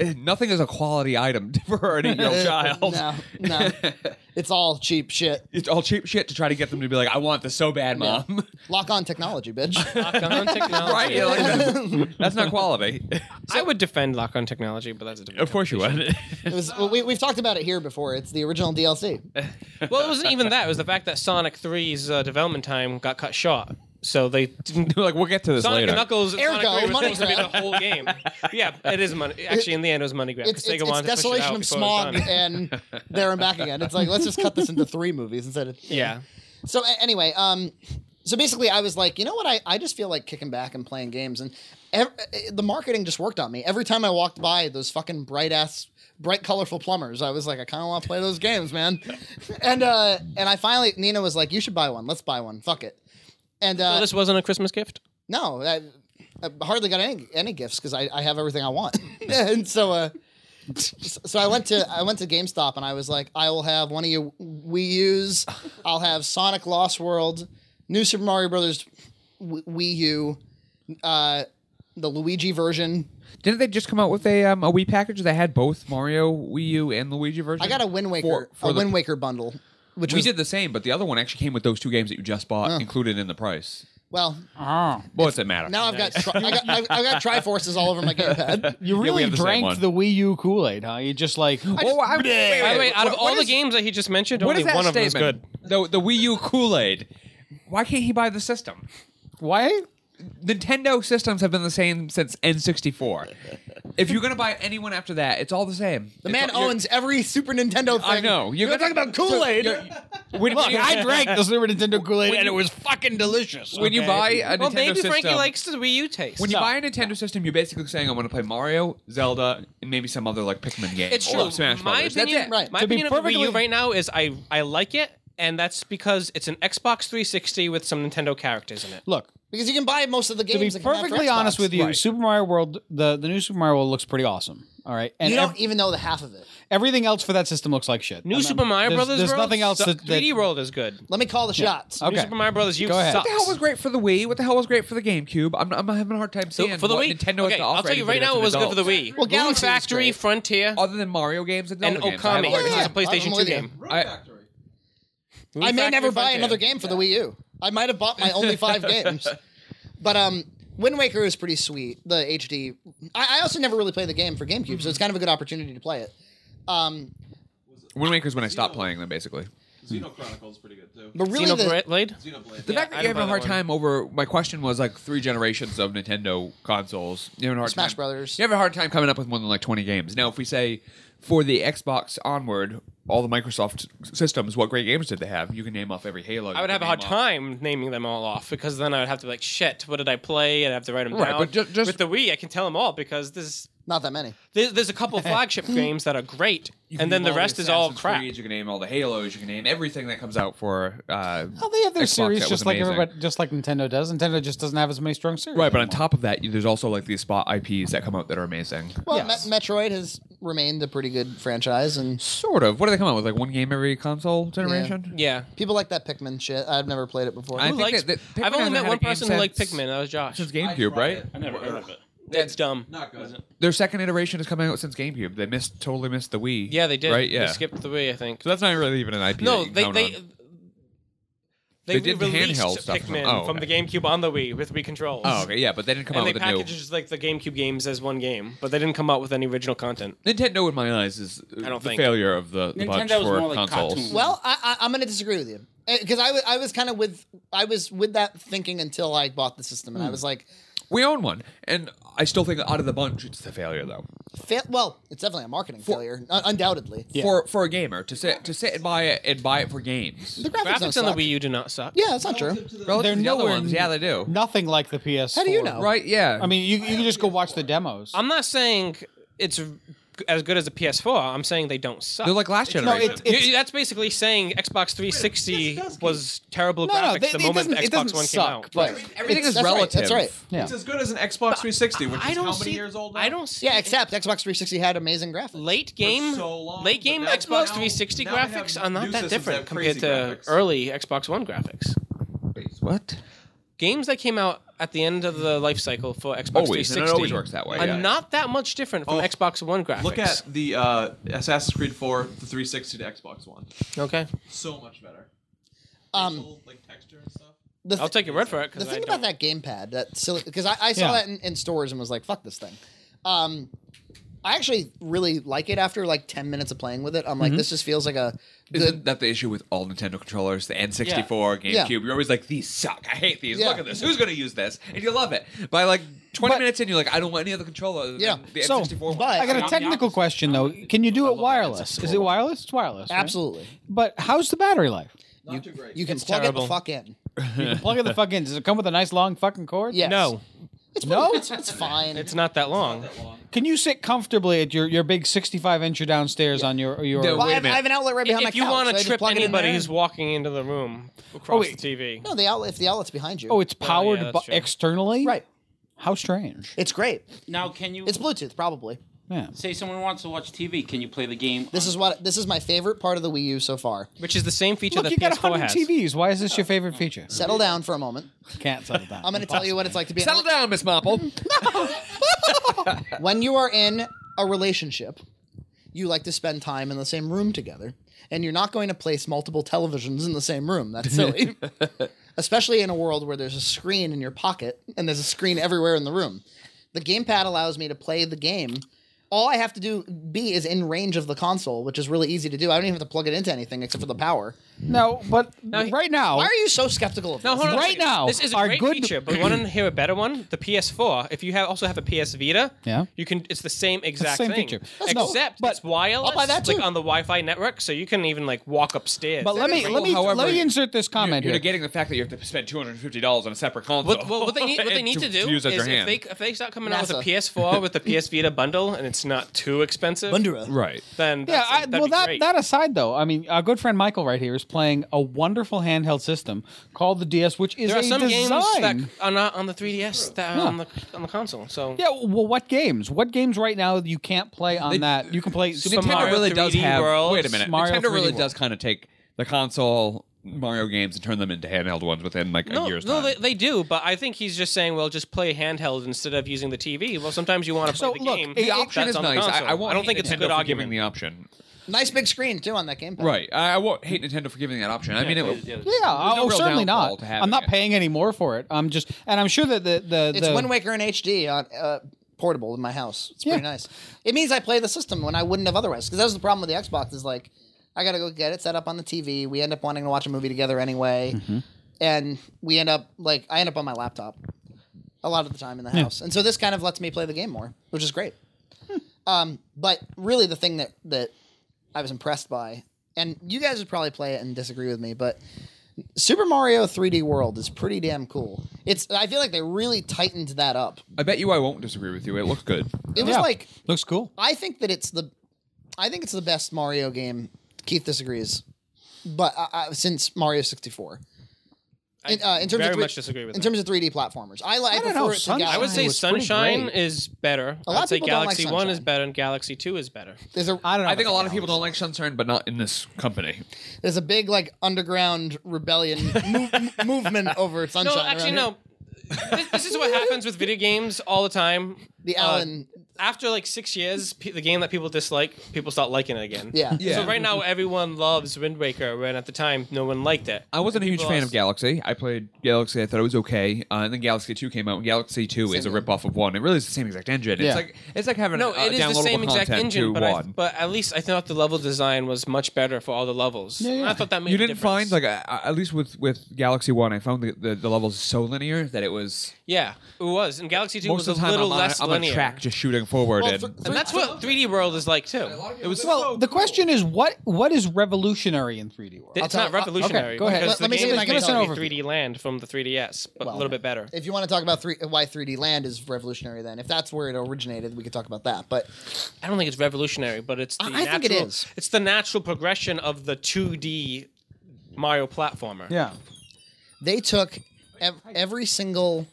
Speaker 3: Eh, Nothing is a quality item [LAUGHS] for an eight-year-old child.
Speaker 5: [LAUGHS] No, no, it's all cheap shit.
Speaker 3: It's all cheap shit to try to get them to be like, "I want this so bad, mom." [LAUGHS]
Speaker 5: Lock on technology, bitch.
Speaker 6: Lock [LAUGHS] on technology.
Speaker 3: right? Yeah, like,
Speaker 5: [LAUGHS]
Speaker 3: that's, that's not quality. [LAUGHS]
Speaker 6: I would defend lock on technology, but that's a different.
Speaker 3: of course you would. [LAUGHS]
Speaker 5: It was, well, we, we've talked about it here before. It's the original
Speaker 6: [LAUGHS]
Speaker 5: DLC.
Speaker 6: Well, it wasn't even that. It was the fact that Sonic 3's uh, development time got cut short. So they didn't.
Speaker 3: like we'll get to this
Speaker 6: Sonic
Speaker 3: later.
Speaker 6: and Knuckles and
Speaker 5: Ergo,
Speaker 6: Sonic 3 were
Speaker 5: money
Speaker 6: supposed to be the
Speaker 5: grab.
Speaker 6: whole [LAUGHS] game. Yeah, it is money. Actually, in the end, it was money grab.
Speaker 5: It's,
Speaker 6: because
Speaker 5: it's,
Speaker 6: Sega
Speaker 5: it's
Speaker 6: wanted to push it
Speaker 5: desolation
Speaker 6: out
Speaker 5: of
Speaker 6: before it was
Speaker 5: smog
Speaker 6: done.
Speaker 5: and there and back again. It's like let's just cut this into three movies instead of
Speaker 6: [LAUGHS] Yeah.
Speaker 5: So a- anyway, um, so basically, I was like, you know what? I, I just feel like kicking back and playing games, and ev- eh, the marketing just worked on me. Every time I walked by those fucking bright ass, bright colorful plumbers, I was like, I kind of want to play those games, man. [LAUGHS] and uh, and I finally, Nina was like, you should buy one. Let's buy one. Fuck it. And uh,
Speaker 6: So this wasn't a Christmas gift.
Speaker 5: no, I, I hardly got any any gifts because I, I have everything I [LAUGHS] want, and so uh, so I went to I went to GameStop and I was like, I will have one of your Wii U's, I'll have Sonic Lost World, New Super Mario Brothers Wii Wii U, uh, the Luigi version.
Speaker 3: Didn't they just come out with a um, a Wii package that had both Mario Wii U and Luigi version?
Speaker 5: I got a Wind Waker
Speaker 3: for
Speaker 5: a
Speaker 3: the-
Speaker 5: Wind Waker bundle, which
Speaker 3: We
Speaker 5: was
Speaker 3: did the same, but the other one actually came with those two games that you just bought included in the price.
Speaker 5: well.
Speaker 3: Well, it's a matter.
Speaker 5: Now I've got tri- I got I've, I've got Triforces all
Speaker 3: [LAUGHS]
Speaker 5: over my gamepad.
Speaker 4: You
Speaker 3: we
Speaker 4: really
Speaker 3: have the same
Speaker 4: drank
Speaker 3: one.
Speaker 4: the Wii U Kool Aid, huh? You just like
Speaker 3: Oh, I, wait, wait,
Speaker 6: By the way,
Speaker 3: wait,
Speaker 6: out of
Speaker 3: what-
Speaker 6: all
Speaker 3: what
Speaker 6: the
Speaker 3: is-
Speaker 6: games that he just mentioned,
Speaker 3: what
Speaker 6: only
Speaker 3: is that
Speaker 6: one of them
Speaker 3: statement?
Speaker 6: is good.
Speaker 3: The the Wii U Kool Aid. Why can't he buy the system?
Speaker 4: why?
Speaker 3: Nintendo systems have been the same since N64. If you're gonna buy anyone after that, it's all the same.
Speaker 5: The man owns every Super Nintendo thing.
Speaker 3: I know.
Speaker 5: You're,
Speaker 3: gonna-
Speaker 5: talking about
Speaker 3: so
Speaker 5: Kool Aid.
Speaker 3: you're- when, when you,
Speaker 4: I drank the Super Nintendo Kool Aid and it was fucking delicious.
Speaker 3: when you buy a Nintendo
Speaker 6: Well, maybe
Speaker 3: system,
Speaker 6: Frankie likes the Wii U taste.
Speaker 3: when you buy a Nintendo system, you're basically saying I want to play Mario, Zelda, and maybe some other like Pikmin game
Speaker 6: It's
Speaker 3: or
Speaker 6: true.
Speaker 3: Smash
Speaker 6: my
Speaker 3: Brothers.
Speaker 6: opinion,
Speaker 3: That's it.
Speaker 5: Right.
Speaker 6: My
Speaker 4: To be
Speaker 6: opinion of the Wii U
Speaker 4: perfectly-
Speaker 6: right now is I I like it, and that's because it's an Xbox 360 with some Nintendo characters in it.
Speaker 4: Look,
Speaker 5: Because you can buy most of the
Speaker 4: to be
Speaker 5: games. that come after
Speaker 4: perfectly
Speaker 5: Xbox.
Speaker 4: honest with you, Super Mario World, the, the new Super Mario World looks pretty awesome. All right, and
Speaker 5: you
Speaker 4: ev-
Speaker 5: don't even know the half of it.
Speaker 4: everything else for that system looks like shit.
Speaker 6: New Super Mario
Speaker 4: there's-
Speaker 6: Brothers.
Speaker 4: there's
Speaker 6: World
Speaker 4: nothing else
Speaker 6: suck-
Speaker 4: that- that-
Speaker 6: 3D World is good.
Speaker 5: Let me call the shots.
Speaker 4: Okay.
Speaker 6: New Super Mario Brothers U
Speaker 4: Go ahead.
Speaker 6: sucks.
Speaker 3: What the hell was great for the Wii? What the hell was great for the GameCube? I'm, I'm having a hard time
Speaker 6: So,
Speaker 3: seeing
Speaker 6: for the
Speaker 3: what
Speaker 6: Wii,
Speaker 3: Nintendo has
Speaker 6: okay,
Speaker 3: to offer.
Speaker 6: I'll tell you
Speaker 3: anybody
Speaker 6: right now,
Speaker 3: that's
Speaker 6: it
Speaker 3: an
Speaker 6: was good for
Speaker 3: adult.
Speaker 6: the Wii.
Speaker 5: Well,
Speaker 6: Rune
Speaker 5: Galaxy was
Speaker 6: Factory,
Speaker 5: great.
Speaker 6: Frontier,
Speaker 3: Other than Mario games and
Speaker 6: and
Speaker 3: Zelda games, I
Speaker 6: Okami,
Speaker 3: have a hard
Speaker 6: which
Speaker 5: Yeah.
Speaker 6: is a
Speaker 3: time-
Speaker 6: PlayStation
Speaker 5: I'm
Speaker 6: 2
Speaker 5: with you.
Speaker 6: game.
Speaker 3: I-
Speaker 5: I may
Speaker 6: Factory
Speaker 5: never buy
Speaker 6: Frontier.
Speaker 5: another game for the Wii U. I might have bought my only five games. But um, Wind Waker is pretty sweet. The HD. I, I also never really played the game for GameCube, so it's kind of a good opportunity to play it. Um,
Speaker 3: Wind Waker's when I stopped playing them, basically.
Speaker 2: Xeno Chronicles pretty good too.
Speaker 5: but really, the,
Speaker 6: Xenoblade.
Speaker 2: Xenoblade.
Speaker 3: The fact that
Speaker 6: I
Speaker 3: you have
Speaker 6: don't
Speaker 3: a
Speaker 6: buy
Speaker 3: hard
Speaker 6: that one.
Speaker 3: time over my question was like three generations of Nintendo consoles. You have a hard
Speaker 5: Smash
Speaker 3: time-
Speaker 5: Brothers.
Speaker 3: You have a hard time coming up with more than like twenty games. Now, if we say for the Xbox onward, all the Microsoft s- systems, what great games did they have? You can name off every Halo.
Speaker 6: I would have a hard time naming them all off because then I would have to be like, shit, what did I play? I'd have to write them
Speaker 3: Right,
Speaker 6: down.
Speaker 3: but ju- just-
Speaker 6: With the Wii, I can tell them all because there's
Speaker 5: not that many.
Speaker 6: there's, there's
Speaker 3: [LAUGHS]
Speaker 6: a couple flagship games that are great, and then the rest is all crap.
Speaker 3: You can name all the Halos. You can name everything that comes out for. Uh,
Speaker 4: Oh, they have their
Speaker 3: Xbox,
Speaker 4: series
Speaker 3: that was
Speaker 4: just like
Speaker 3: amazing.
Speaker 4: everybody, just like Nintendo does. Nintendo just doesn't have as many strong series.
Speaker 3: Right, but on
Speaker 4: anymore.
Speaker 3: top of that, you- there's also like these spot IPs that come out that are amazing.
Speaker 5: Well, Me- Metroid has remained a pretty good franchise, and
Speaker 3: Sort of. What do they come out with? Like one game every console generation.
Speaker 6: Yeah.
Speaker 5: people like that Pikmin shit. I've never played it before.
Speaker 3: I
Speaker 6: Who
Speaker 3: think
Speaker 6: likes-
Speaker 3: that- that Pikmin
Speaker 6: I've only
Speaker 3: hasn't
Speaker 6: met
Speaker 3: had
Speaker 6: one
Speaker 3: a game
Speaker 6: person who liked
Speaker 3: since-
Speaker 6: Pikmin. That was Josh.
Speaker 3: Since GameCube, right?
Speaker 7: I never heard of it.
Speaker 6: That's dumb.
Speaker 2: Not good.
Speaker 3: Their second iteration is coming out since GameCube. They missed, totally missed the Wii.
Speaker 6: Yeah, they did.
Speaker 3: Right? Yeah.
Speaker 6: They skipped the Wii, I think.
Speaker 3: So that's not really even an IP.
Speaker 6: no,
Speaker 3: that you
Speaker 6: they
Speaker 3: count
Speaker 6: they,
Speaker 3: on.
Speaker 6: they
Speaker 3: They did the
Speaker 6: released
Speaker 3: handheld stuff from-
Speaker 6: Pikmin
Speaker 3: oh,
Speaker 6: from the
Speaker 3: okay.
Speaker 6: GameCube on the Wii with Wii controls.
Speaker 3: Oh, okay, yeah, but they didn't come
Speaker 6: And
Speaker 3: out
Speaker 6: they
Speaker 3: with a new.
Speaker 6: packaged just like the GameCube games as one game, but they didn't come out with any original content.
Speaker 3: Nintendo, in my eyes, is I
Speaker 6: don't
Speaker 3: the
Speaker 6: think.
Speaker 3: failure of the, the bunch
Speaker 7: Nintendo was
Speaker 3: for
Speaker 7: more like
Speaker 3: consoles.
Speaker 7: cartoons.
Speaker 5: Well, I, I, I'm going to disagree with you because I wa- I was kind of with I was with that thinking until I bought the system,
Speaker 6: Hmm.
Speaker 5: and I was like,
Speaker 3: We own one, and I still think out of the bunch, it's the failure though.
Speaker 5: fa- well, it's definitely a marketing failure, un- undoubtedly.
Speaker 3: For for a gamer to sit to sit and buy it and buy it for games.
Speaker 5: The graphics,
Speaker 6: Graphics
Speaker 5: don't
Speaker 6: on the
Speaker 5: suck.
Speaker 6: Wii U do not suck.
Speaker 5: Yeah, that's not true.
Speaker 3: Relative to the other
Speaker 4: nowhere
Speaker 3: ones,
Speaker 4: n-
Speaker 3: yeah, they do.
Speaker 4: nothing like the PS.
Speaker 5: How do you know?
Speaker 3: Right? Yeah.
Speaker 4: I mean, you, you can just go watch the demos.
Speaker 6: I'm not saying it's g- as good as the PS4. I'm saying they don't suck.
Speaker 3: They're like last
Speaker 5: No,
Speaker 3: generation.
Speaker 5: it,
Speaker 6: You-
Speaker 5: it's,
Speaker 6: you- that's basically saying Xbox 360 was terrible
Speaker 4: No, no,
Speaker 6: graphics
Speaker 4: they-
Speaker 6: the
Speaker 4: it
Speaker 6: moment
Speaker 4: doesn't-
Speaker 6: the
Speaker 4: it
Speaker 6: Xbox
Speaker 4: doesn't
Speaker 6: One
Speaker 4: suck,
Speaker 6: came out.
Speaker 5: but
Speaker 3: Everything
Speaker 5: it's-
Speaker 3: is
Speaker 5: that's right, that's
Speaker 3: relative.
Speaker 5: right.
Speaker 4: Yeah.
Speaker 2: It's as good as an Xbox 360, which
Speaker 6: I
Speaker 2: is
Speaker 6: don't
Speaker 2: how
Speaker 6: see.
Speaker 2: many years old now?
Speaker 6: I don't see.
Speaker 5: Yeah, except Xbox 360 had amazing graphics.
Speaker 6: late game,
Speaker 2: so long,
Speaker 6: late
Speaker 2: but
Speaker 6: game
Speaker 2: that's
Speaker 6: Xbox
Speaker 2: now-
Speaker 6: 360
Speaker 2: now they have
Speaker 6: graphics are not
Speaker 2: new
Speaker 6: that
Speaker 2: systems that
Speaker 6: different
Speaker 2: have
Speaker 6: compared
Speaker 2: crazy
Speaker 6: to
Speaker 2: graphics.
Speaker 6: early Xbox One graphics.
Speaker 3: What?
Speaker 6: Games that came out at the end of the life cycle for Xbox
Speaker 3: Always, and it
Speaker 6: 360
Speaker 3: always works that way,
Speaker 6: are
Speaker 3: yeah.
Speaker 6: not that much different from
Speaker 2: Oh,
Speaker 6: Xbox One graphics.
Speaker 2: Look at the uh, Assassin's Creed 4, the 360 to Xbox One.
Speaker 6: okay.
Speaker 2: So much better.
Speaker 5: Um,
Speaker 2: Little, like texture and stuff.
Speaker 5: the,
Speaker 6: I'll
Speaker 5: th-
Speaker 6: take your word for it. 'cause
Speaker 5: the
Speaker 6: I
Speaker 5: thing about that
Speaker 6: don't-
Speaker 5: gamepad, that silly, because I, I saw
Speaker 4: Yeah.
Speaker 5: that in, in stores and was like, "Fuck this thing." Um, I actually really like it. After like ten minutes of playing with it, I'm like,
Speaker 6: Mm-hmm.
Speaker 5: "This just feels like a
Speaker 3: Isn't
Speaker 5: good."
Speaker 3: that the issue with all Nintendo controllers, the N64,
Speaker 5: Yeah.
Speaker 3: GameCube? You're always like, these suck. I hate these.
Speaker 5: Yeah.
Speaker 3: Look at this. Who's going to use this? And you love it. By like 20
Speaker 4: But-
Speaker 3: minutes in, you're like, I don't want any other controller. other than
Speaker 5: Yeah.
Speaker 3: The
Speaker 5: So,
Speaker 3: N64 one.
Speaker 5: but-
Speaker 4: I got a
Speaker 7: I'm-
Speaker 4: technical
Speaker 7: I'm-
Speaker 4: question though. Can you do it wireless? Is it wireless? It's wireless. right?
Speaker 5: Absolutely,
Speaker 4: But how's the battery life?
Speaker 2: Not too great.
Speaker 5: you can
Speaker 6: It's
Speaker 5: plug it
Speaker 6: terrible.
Speaker 5: the fuck in.
Speaker 4: Plug
Speaker 3: [LAUGHS]
Speaker 4: it the fuck in. Does it come with a nice long fucking cord?
Speaker 5: Yes.
Speaker 6: No,
Speaker 5: [LAUGHS] it's no, it's, it's fine.
Speaker 6: it's not that long.
Speaker 4: Can you sit comfortably at your, your big 65 incher downstairs on your your?
Speaker 3: No,
Speaker 5: well, I,
Speaker 3: Wait a
Speaker 5: have, I
Speaker 3: minute.
Speaker 5: have an outlet right behind
Speaker 6: if
Speaker 5: my
Speaker 6: you
Speaker 5: couch,
Speaker 6: want
Speaker 5: so I
Speaker 6: to
Speaker 5: just
Speaker 6: trip
Speaker 5: plug it in
Speaker 6: anybody
Speaker 5: there.
Speaker 6: who's walking into the room across
Speaker 4: wait.
Speaker 6: the TV,
Speaker 5: no, the outlet if the outlet's behind you.
Speaker 4: oh, it's
Speaker 6: yeah,
Speaker 4: powered
Speaker 6: that's
Speaker 4: bu-
Speaker 6: true.
Speaker 4: externally.
Speaker 5: right.
Speaker 4: How strange.
Speaker 5: It's great.
Speaker 7: Now, can you
Speaker 5: It's Bluetooth, probably.
Speaker 4: Yeah.
Speaker 7: say someone wants to watch TV? Can you play the game?
Speaker 5: This
Speaker 7: on-
Speaker 5: is what this is my favorite part of the Wii U so far.
Speaker 6: which is the same feature
Speaker 4: Look,
Speaker 6: that
Speaker 4: you got
Speaker 6: PS4
Speaker 4: 100
Speaker 6: has.
Speaker 4: TVs. Why is this your favorite feature?
Speaker 5: Settle down for a moment.
Speaker 4: Oh. Can't settle
Speaker 5: [LAUGHS]
Speaker 4: down.
Speaker 5: I'm going to tell you what it's like to be. an
Speaker 3: Settle down, Miss Mopple.
Speaker 5: when you are in a relationship, you like to spend time in the same room together, and you're not going to place multiple televisions in the same room. That's silly. Especially in a world where there's a screen in your pocket and there's a screen everywhere in the room. The gamepad allows me to play the game. All I have to do be is in range of the console, which is really easy to do. I don't even have to plug it into anything except for the power.
Speaker 4: No, but right now,
Speaker 5: Why are you so skeptical of this?
Speaker 6: No, hold on. a
Speaker 4: Right
Speaker 6: second.
Speaker 4: now,
Speaker 6: this is a
Speaker 4: our
Speaker 6: great
Speaker 4: good-
Speaker 6: feature. But want to hear a better one? The PS4. If you have, also have a PS Vita,
Speaker 4: Yeah.
Speaker 6: you can. It's the same exact
Speaker 4: same
Speaker 6: thing.
Speaker 4: feature.
Speaker 5: That's cool.
Speaker 6: Except
Speaker 4: But
Speaker 6: it's wireless.
Speaker 5: I'll buy that
Speaker 6: It's like
Speaker 5: too.
Speaker 6: on the Wi-Fi network, so you can even like walk upstairs. [LAUGHS]
Speaker 4: but let me let me
Speaker 3: However,
Speaker 4: let me insert this
Speaker 3: You're,
Speaker 4: comment
Speaker 3: you're
Speaker 4: here.
Speaker 3: negating the fact that you have to spend $250 on a separate console.
Speaker 6: What, what, what they
Speaker 3: [LAUGHS]
Speaker 6: need, what they
Speaker 3: And
Speaker 6: need to, do
Speaker 3: use as
Speaker 6: is
Speaker 3: your
Speaker 6: if
Speaker 3: hand.
Speaker 6: they if they start coming out with
Speaker 5: NASA.
Speaker 6: a [LAUGHS] PS4 with a PS Vita bundle and it's not too expensive,
Speaker 5: Wondera.
Speaker 3: Right.
Speaker 6: then
Speaker 4: Yeah,
Speaker 6: that's,
Speaker 4: I,
Speaker 6: that'd
Speaker 4: well,
Speaker 6: be
Speaker 4: that
Speaker 6: great.
Speaker 4: that aside, though, I mean, our good friend Michael right here is playing a wonderful handheld system called the DS, which is
Speaker 6: there are
Speaker 4: a
Speaker 6: some games
Speaker 4: design.
Speaker 6: that are not on the 3DS that are on the on the console. So
Speaker 4: yeah, well, what games? What games right now you can't play on that? You can play Super
Speaker 3: Nintendo
Speaker 6: Mario
Speaker 3: really does
Speaker 6: 3D
Speaker 3: have.
Speaker 6: World,
Speaker 3: wait a minute.
Speaker 4: Mario
Speaker 3: Nintendo
Speaker 4: 3D
Speaker 3: really
Speaker 4: World.
Speaker 3: does kind of take the console Mario games and turn them into handheld ones within like
Speaker 6: No,
Speaker 3: a year's
Speaker 6: no,
Speaker 3: time.
Speaker 6: they, they do, but I think he's just saying, well, just play handheld instead of using the TV. Well, sometimes you want to play
Speaker 4: So,
Speaker 6: the
Speaker 4: look,
Speaker 6: game.
Speaker 4: the
Speaker 6: that's
Speaker 3: option is
Speaker 6: on the
Speaker 3: nice. I,
Speaker 6: console.
Speaker 3: I, won't
Speaker 6: don't
Speaker 3: hate
Speaker 6: think it's a
Speaker 3: Nintendo
Speaker 6: good
Speaker 3: for giving
Speaker 6: argument.
Speaker 3: the option.
Speaker 5: Nice big screen too on that gamepad.
Speaker 3: Right. I, I won't hate Nintendo for giving that option. I mean,
Speaker 7: Play
Speaker 3: it,
Speaker 7: the other-
Speaker 4: Yeah, oh,
Speaker 3: real
Speaker 4: certainly
Speaker 3: downfall
Speaker 4: not.
Speaker 3: to
Speaker 4: I'm not
Speaker 3: having it.
Speaker 4: paying any more for it. I'm just, and I'm sure that the the,
Speaker 5: It's
Speaker 4: the
Speaker 5: Wind Waker in HD on uh, portable in my house. It's pretty
Speaker 4: Yeah.
Speaker 5: nice. It means I play the system when I wouldn't have otherwise. Because that was the problem with the Xbox is like, I gotta go get it set up on the TV. We end up wanting to watch a movie together anyway,
Speaker 4: Mm-hmm.
Speaker 5: and we end up like I end up on my laptop a lot of the time in the house, and so this kind of lets me play the game more, which is great.
Speaker 4: Hmm.
Speaker 5: Um, but really, the thing that that I was impressed by, and you guys would probably play it and disagree with me, but Super Mario 3D World is pretty damn cool. It's I feel like they really tightened that up.
Speaker 3: I bet you I won't disagree with you. It looks
Speaker 6: [LAUGHS]
Speaker 3: good.
Speaker 5: It was
Speaker 4: Yeah.
Speaker 5: like
Speaker 4: looks cool.
Speaker 5: I think that it's the I think it's the best Mario game. Keith disagrees, but I, I, since Mario 64. In, uh, in terms
Speaker 6: very
Speaker 5: of three-
Speaker 6: much disagree with
Speaker 5: in
Speaker 6: that.
Speaker 5: terms of 3D platformers. I like. I,
Speaker 4: don't
Speaker 5: prefer
Speaker 4: know,
Speaker 5: it to
Speaker 4: Sunshine
Speaker 5: Galaxy.
Speaker 6: I would say
Speaker 4: was pretty
Speaker 6: Sunshine
Speaker 4: great.
Speaker 6: is better.
Speaker 5: lot
Speaker 6: I'd
Speaker 5: of
Speaker 6: say
Speaker 5: people don't like
Speaker 6: Galaxy 1 is
Speaker 5: Sunshine.
Speaker 6: better and Galaxy 2 is better.
Speaker 5: there's a
Speaker 4: I don't know.
Speaker 3: I think a lot of people don't like Sunshine, but not in this company.
Speaker 5: there's a big like underground rebellion [LAUGHS] mov- m- movement over Sunshine.
Speaker 6: No, actually,
Speaker 5: around
Speaker 6: no. This, this is what happens with video games all the time.
Speaker 5: The
Speaker 6: Uh,
Speaker 5: Allen-
Speaker 6: after like six years, pe- the game that people dislike, people start liking it again.
Speaker 5: Yeah.
Speaker 3: Yeah.
Speaker 6: So right now, everyone loves Wind Waker, when at the time, no one liked it.
Speaker 3: I wasn't a huge
Speaker 6: People
Speaker 3: fan
Speaker 6: are-
Speaker 3: of Galaxy. I played Galaxy. I thought it was okay, uh, and then Galaxy Two came out. and Galaxy Two is a
Speaker 5: thing.
Speaker 3: ripoff of one. It really is the same exact engine.
Speaker 4: Yeah.
Speaker 3: It's like it's like having
Speaker 6: No,
Speaker 3: uh,
Speaker 6: it is the
Speaker 3: downloadable
Speaker 6: same exact
Speaker 3: content to
Speaker 6: engine, but, I,
Speaker 3: one.
Speaker 6: but at least I thought the level design was much better for all the levels. And [LAUGHS] I thought that made
Speaker 3: you
Speaker 6: a
Speaker 3: didn't
Speaker 6: difference.
Speaker 3: find like uh, uh, at least with with Galaxy One, I found the, the, the levels so linear that it was
Speaker 6: yeah, it was, and Galaxy Two
Speaker 3: most
Speaker 6: was a
Speaker 3: of the time
Speaker 6: little
Speaker 3: I'm, on,
Speaker 6: less
Speaker 3: I'm on
Speaker 6: linear.
Speaker 3: a track just shooting going forward.
Speaker 5: Well,
Speaker 3: and
Speaker 5: th-
Speaker 6: And that's what 3D World is like too.
Speaker 3: it was
Speaker 4: Well, the question is what what is revolutionary in 3D world?
Speaker 6: It's
Speaker 5: tell-
Speaker 6: not revolutionary.
Speaker 4: okay, go ahead.
Speaker 6: Because
Speaker 5: Let- let me
Speaker 6: the
Speaker 5: see
Speaker 6: game
Speaker 5: if I
Speaker 6: is
Speaker 5: can tell
Speaker 6: basically
Speaker 4: you.
Speaker 6: 3D Land from the 3DS, but
Speaker 5: Well,
Speaker 6: a little bit better.
Speaker 5: If you want to talk about three, why 3D Land is revolutionary, then if that's where it originated, we could talk about that. But
Speaker 6: I don't think it's revolutionary, but it's the
Speaker 5: I- I
Speaker 6: natural,
Speaker 5: think it is.
Speaker 6: It's the natural progression of the 2D Mario platformer.
Speaker 4: yeah.
Speaker 5: they took ev- every single